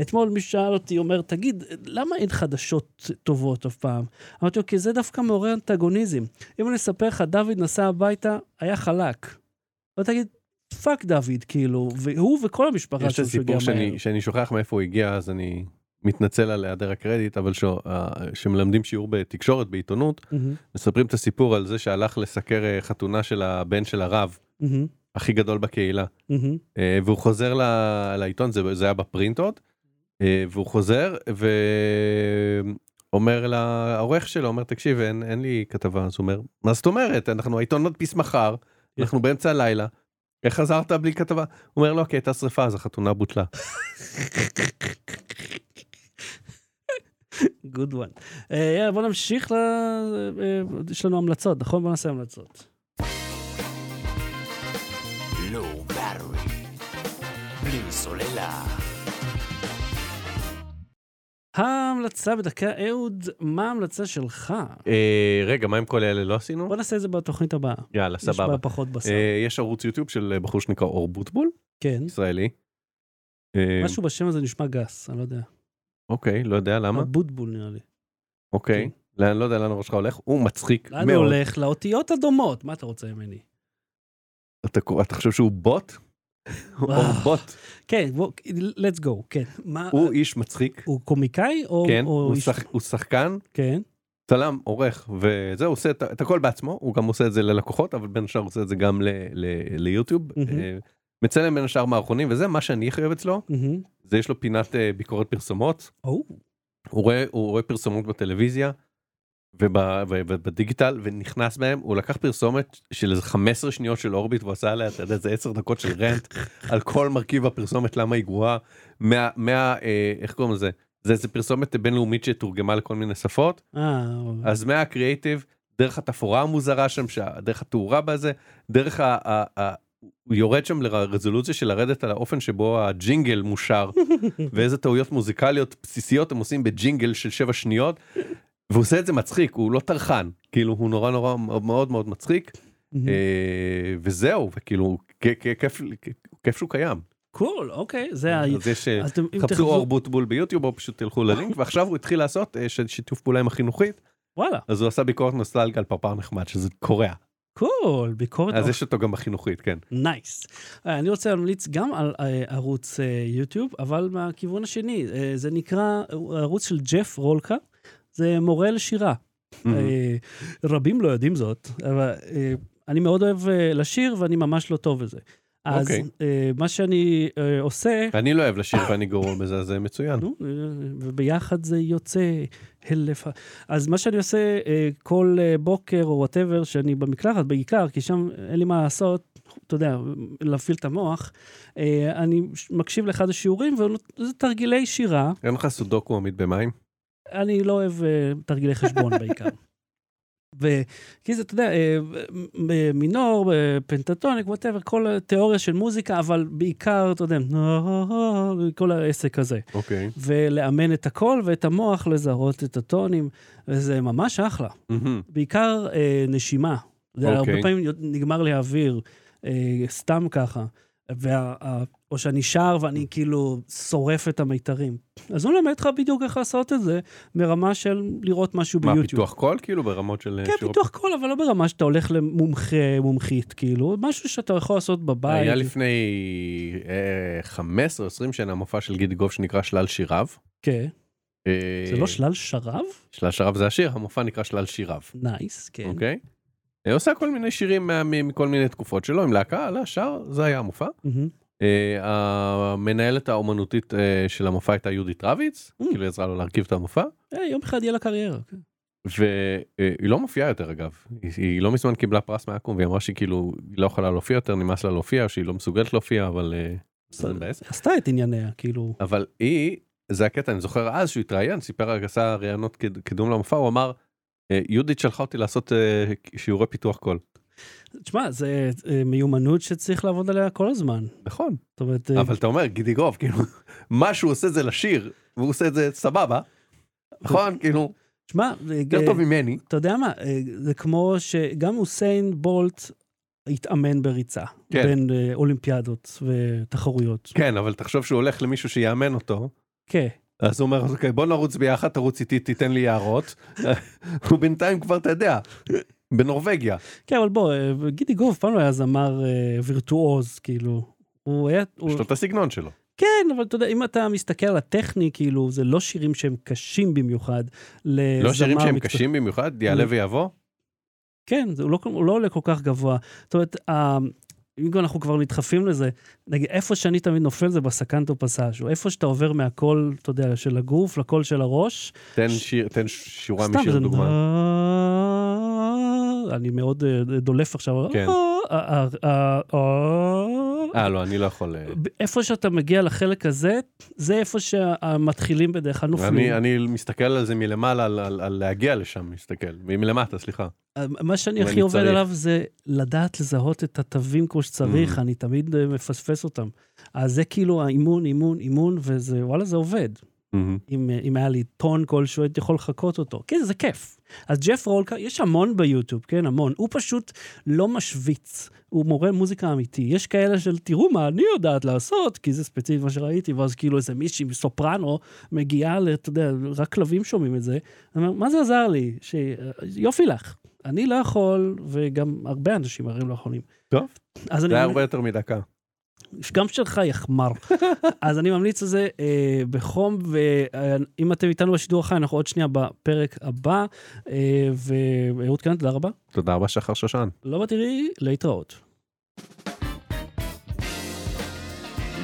Speaker 1: אתמול מי שאל אותי, אומר, תגיד, למה אין חדשות טובות אף פעם? אמרתי לו, כי זה דווקא מעורר אנטגוניזם. אם אני אספר לך, דוד נסע הביתה, היה חלק. ואתה תגיד, פאק דוד, כאילו, והוא וכל המשפחה
Speaker 2: יש
Speaker 1: שלו
Speaker 2: לי
Speaker 1: שהגיעה
Speaker 2: סיפור
Speaker 1: מהר.
Speaker 2: שאני- שאני שוכח מאיפה הוא הגיע, אז אני מתנצל על היעדר הקרדיט, אבל שהוא- אה, שמלמדים שיעור בתקשורת, בעיתונות,
Speaker 1: מהמם,
Speaker 2: מספרים את הסיפור על זה שהלך לסקר אה, חתונה של הבן של הרב,
Speaker 1: מהמם,
Speaker 2: הכי גדול בקהילה.
Speaker 1: מהמם.
Speaker 2: אה, והוא חוזר ל- לעיתון, זה, זה היה בפרינט עוד, אה, והוא חוזר ואומר לעורך שלו, אומר, תקשיב, אין, אין לי כתבה, אז הוא אומר, מה זאת אומרת, אנחנו העיתון מדפיס מחר, אנחנו באמצע הלילה, איך חזרת בלי כתבה? הוא אומר, לא, כי הייתה שריפה, אז החתונה בוטלה.
Speaker 1: גוד וואן. יאללה, בוא נמשיך ל... אה, יש לנו המלצות, נכון? בוא נעשה המלצות.
Speaker 3: Low battery. לא בלי סוללה.
Speaker 1: ההמלצה בדקה, אהוד, מה ההמלצה שלך?
Speaker 2: אה, רגע, מה עם כל אלה לא עשינו?
Speaker 1: בוא נעשה את זה בתוכנית הבאה.
Speaker 2: יאללה,
Speaker 1: יש
Speaker 2: סבבה.
Speaker 1: בה פחות בשר.
Speaker 2: אה, יש ערוץ יוטיוב של אה, בחור שנקרא אור בוטבול,
Speaker 1: כן.
Speaker 2: ישראלי. אה,
Speaker 1: משהו בשם הזה נשמע גס, אני לא יודע.
Speaker 2: אוקיי, לא יודע
Speaker 1: אה,
Speaker 2: למה.
Speaker 1: הבוטבול נראה לי.
Speaker 2: אוקיי. לא, אני לא יודע לאן ראשך הולך, הוא מצחיק
Speaker 1: לאן הוא
Speaker 2: מאוד.
Speaker 1: הולך? לאותיות הדומות. מה אתה רוצה ממני?
Speaker 2: אתה קורא- אתה חושב שהוא בוט? הוא
Speaker 1: וואו.
Speaker 2: אור בוט.
Speaker 1: כן, בוא, let's go, כן. מה,
Speaker 2: הוא איש מצחיק,
Speaker 1: הוא קומיקאי או...
Speaker 2: כן,
Speaker 1: או
Speaker 2: הוא
Speaker 1: איש-
Speaker 2: שח- הוא שחקן,
Speaker 1: כן,
Speaker 2: צלם, עורך, וזה, הוא עושה את, את הכל בעצמו, הוא גם עושה את זה ללקוחות, אבל בין השאר הוא עושה את זה גם ל, ל, ליוטיוב.
Speaker 1: מהמם.
Speaker 2: אה, מצלם בין השאר מערכונים, וזה מה שאני הכי אוהב אצלו,
Speaker 1: מהמם.
Speaker 2: זה יש לו פינת אה, ביקורת פרסומות,
Speaker 1: או,
Speaker 2: הוא רואה, הוא רואה פרסומות בטלוויזיה וב, ובדיגיטל, ונכנס בהם, הוא לקח פרסומת של איזה 15 שניות של אורביט, והוא עשה עליה, אתה יודע, איזה 10 דקות של רנט, על כל מרכיב הפרסומת, למה היא גרועה, מה, מה אה, איך קוראים לזה? זה איזה פרסומת בינלאומית שתורגמה לכל מיני שפות.
Speaker 1: אה,
Speaker 2: אז מהקריאיטיב, דרך התפאורה המוזרה שם, שה- דרך התאורה בזה, דרך ה... ה, ה הוא יורד שם לרזולוציה של לרדת על האופן שבו הג'ינגל
Speaker 1: [laughs]
Speaker 2: מושר, ואיזה טעויות מוזיקליות בסיסיות הם עושים בג'ינגל של שבע שניות, והוא עושה את זה מצחיק, הוא לא טרחן, כאילו הוא נורא נורא מאוד מאוד
Speaker 1: [laughs]
Speaker 2: מצחיק,
Speaker 1: מהמם.
Speaker 2: אה, וזהו, וכאילו כ- כ- כיף כיף שהוא קיים.
Speaker 1: קול, אוקיי, זה ה...
Speaker 2: אז יש, אה,
Speaker 1: אז אתם- אם
Speaker 2: חפשו
Speaker 1: תחפשו-
Speaker 2: אור בוטבול ביוטיוב או פשוט תלכו ללינק, ועכשיו הוא התחיל לעשות אה, ש- שיתוף פעולה עם החינוכית.
Speaker 1: וואלה,
Speaker 2: אז הוא עשה ביקורת נוסטלגיה על פרפר נחמד שזה קורע
Speaker 1: קול, ביקורת
Speaker 2: אז יש אותו גם בחינוכית כן
Speaker 1: נייס. אה, אני רוצה להמליץ גם על אה, ערוץ אה, יוטיוב, אבל מהכיוון השני, אה, זה נקרא אה, ערוץ של ג'ף רולקה, זה מורה לשירה. אה, רבים לא יודעים זאת, אבל אה, אני מאוד אוהב אה, לשיר ואני ממש לא טוב בזה. אז
Speaker 2: אוקיי.
Speaker 1: אה, מה שאני אה, עושה,
Speaker 2: אני לא אוהב לשיר ואני גרוע בזה אז זה מצוין
Speaker 1: נו, אה, וביחד זה יוצא אלף... ה- אז מה שאני עושה אה, כל אה, בוקר או וואטאבר, שאני במקלחת בעיקר, כי שם אין לי מה לעשות, אתה יודע, להפעיל את המוח, אה, אני ש- מקשיב לאחד השיעורים, וזה תרגילי שירה,
Speaker 2: אין לך סודוקו עמיד במים
Speaker 1: אני לא אוהב אה, תרגילי חשבון בעיקר. וכי זה, אתה יודע, אה, מ- מ- מינור, אה, פנטטוניק, וואטאבר, כל התיאוריה של מוזיקה, אבל בעיקר, אתה יודע, [laughs] כל העסק הזה.
Speaker 2: אוקיי
Speaker 1: ולאמן את הקול ואת המוח לזהות את הטונים, וזה ממש אחלה.
Speaker 2: מהמם.
Speaker 1: בעיקר אה, נשימה. Okay. הרבה
Speaker 2: אוקיי.
Speaker 1: פעמים נגמר לי האוויר, אה, סתם ככה. וה, ה, או שאני שר ואני כאילו שורף את המיתרים. אז הוא למד לך בדיוק איך לעשות את זה, מרמה של לראות משהו
Speaker 2: מה
Speaker 1: ביוטיוב.
Speaker 2: פיתוח קול כאילו ברמות של אה,
Speaker 1: כן,
Speaker 2: שיעור-
Speaker 1: פיתוח קול, אבל לא ברמה שאתה הולך למומחה, מומחית, כאילו, משהו שאתה יכול לעשות בבית.
Speaker 2: היה לפני אה, 15 20 שנה מופע של גידי גוף שנקרא שלל שיריו.
Speaker 1: כן.
Speaker 2: אה,
Speaker 1: זה לא שלל שרב?
Speaker 2: שלל שיריו זה השיר המופע נקרא שלל שיריו.
Speaker 1: נייס, כן.
Speaker 2: אוקיי. אה, עושה כל מיני שירים מה- מ- מכל מיני תקופות שלו עם להקה עלה שר זה היה המופע.
Speaker 1: מהמם.
Speaker 2: אה, המנהלת האומנותית אה, של המופע הייתה יהודית רביץ,
Speaker 1: Mm.
Speaker 2: כאילו היא עזרה לו להרכיב את המופע,
Speaker 1: אה, יום אחד יהיה לה קריירה. כן.
Speaker 2: והיא לא מופיעה יותר אגב, היא- היא לא מזמן קיבלה פרס מאקו"ם והיא אמרה שהיא כאילו היא לא יכולה להופיע יותר, נמאס לה להופיע, שהיא לא מסוגלת להופיע, אבל אה, זה מבאס.
Speaker 1: עשתה את ענייניה, כאילו.
Speaker 2: אבל היא, זה הקטע, אני זוכר אז שהוא התראיין, סיפר, רק עשה ראיונות קד- קידום למופע, הוא אמר, "אה, יהודית שלחה אותי לעשות אה, שיעורי פיתוח קול.
Speaker 1: תשמע, זו מיומנות שצריך לעבוד עליה כל הזמן.
Speaker 2: נכון.
Speaker 1: זאת אומרת, אה,
Speaker 2: אבל אתה אומר גידי גרוב, כאילו, [laughs] מה שהוא עושה זה לשיר, והוא עושה את זה סבבה, נכון? כאילו,
Speaker 1: תשמע, אה,
Speaker 2: יותר טוב ממני.
Speaker 1: אתה יודע מה, אה, זה כמו שגם הוסיין בולט התאמן בריצה.
Speaker 2: כן.
Speaker 1: בין אה, אולימפיאדות ותחרויות.
Speaker 2: כן, אבל תחשוב שהוא הולך למישהו שיאמן אותו,
Speaker 1: כן.
Speaker 2: אז הוא אומר, אוקיי, בוא נרוץ ביחד, תרוץ איתי, תיתן לי הערות. [laughs] הוא בינתיים כבר, אתה יודע, בנורבגיה.
Speaker 1: כן, אבל בוא, אה, גידי גוב פעם לא היה זמר אה, וירטואוז, כאילו. הוא היה... הוא-
Speaker 2: יש לו את הסגנון שלו.
Speaker 1: כן, אבל אתה יודע, אם אתה מסתכל על הטכני, כאילו, זה לא שירים שהם קשים במיוחד.
Speaker 2: לא שירים
Speaker 1: לזמר
Speaker 2: שהם
Speaker 1: מקצועי.
Speaker 2: קשים במיוחד, יעלה ויבוא.
Speaker 1: כן, זה הוא לא, הוא לא עולה כל כך גבוה. זאת אומרת, ה- אם אנחנו כבר נדחפים לזה, נגיד, איפה שאני תמיד נופל זה בסקנטו פסאז', או איפה שאתה עובר מהקול, אתה יודע, של הגוף לקול של הראש,
Speaker 2: תן שיר, תן שורה
Speaker 1: סתם
Speaker 2: משיר
Speaker 1: זה...
Speaker 2: דוגמה.
Speaker 1: אני מאוד אה, דולף עכשיו,
Speaker 2: כן.
Speaker 1: ה- ה- ה- ה-
Speaker 2: אה, לא, אני לא יכול... אה,
Speaker 1: איפה שאתה מגיע לחלק הזה, זה איפה שהמתחילים בדרך כלל נופלים.
Speaker 2: אני, אני מסתכל על זה מלמעלה, על, על, על להגיע לשם, מסתכל. מלמטה, סליחה.
Speaker 1: אה, מה שאני
Speaker 2: אם
Speaker 1: הכי
Speaker 2: אני
Speaker 1: עובד
Speaker 2: צריך.
Speaker 1: עליו זה לדעת לזהות את התווים כמו שצריך,
Speaker 2: Mm.
Speaker 1: אני תמיד אה, מפספס אותם. אז זה כאילו האימון, אימון, אימון, וזה, וואלה, זה עובד. אם, אה, אם היה לי טון כלשהו, הייתי יכול לחקות אותו. כן, זה כיף. אז ג'ף רולקה, יש המון ביוטיוב, כן, המון. הוא פשוט לא משוויץ, הוא מורה מוזיקה אמיתי. יש כאלה של, תראו מה אני יודעת לעשות, כי זה ספציפית מה שראיתי, ואז כאילו איזה מישהי מסופרנו מגיעה, ל- אתה יודע, רק כלבים שומעים את זה. אני אומר, מה זה עזר לי? ש... יופי לך. אני לא יכול, וגם הרבה אנשים הרי לא יכולים.
Speaker 2: טוב.
Speaker 1: אז אני
Speaker 2: זה היה הרבה יותר מדקה.
Speaker 1: גם שלך יחמר. אז אני ממליץ על זה אה, בחום, ואם אתם איתנו בשידור החי, אנחנו עוד שנייה בפרק הבא. אה, ואהוד כאן, תודה רבה.
Speaker 2: תודה רבה, שחר שושן.
Speaker 1: לא בתראי, להתראות.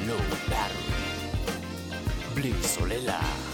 Speaker 3: Low battery. בלי סוללה.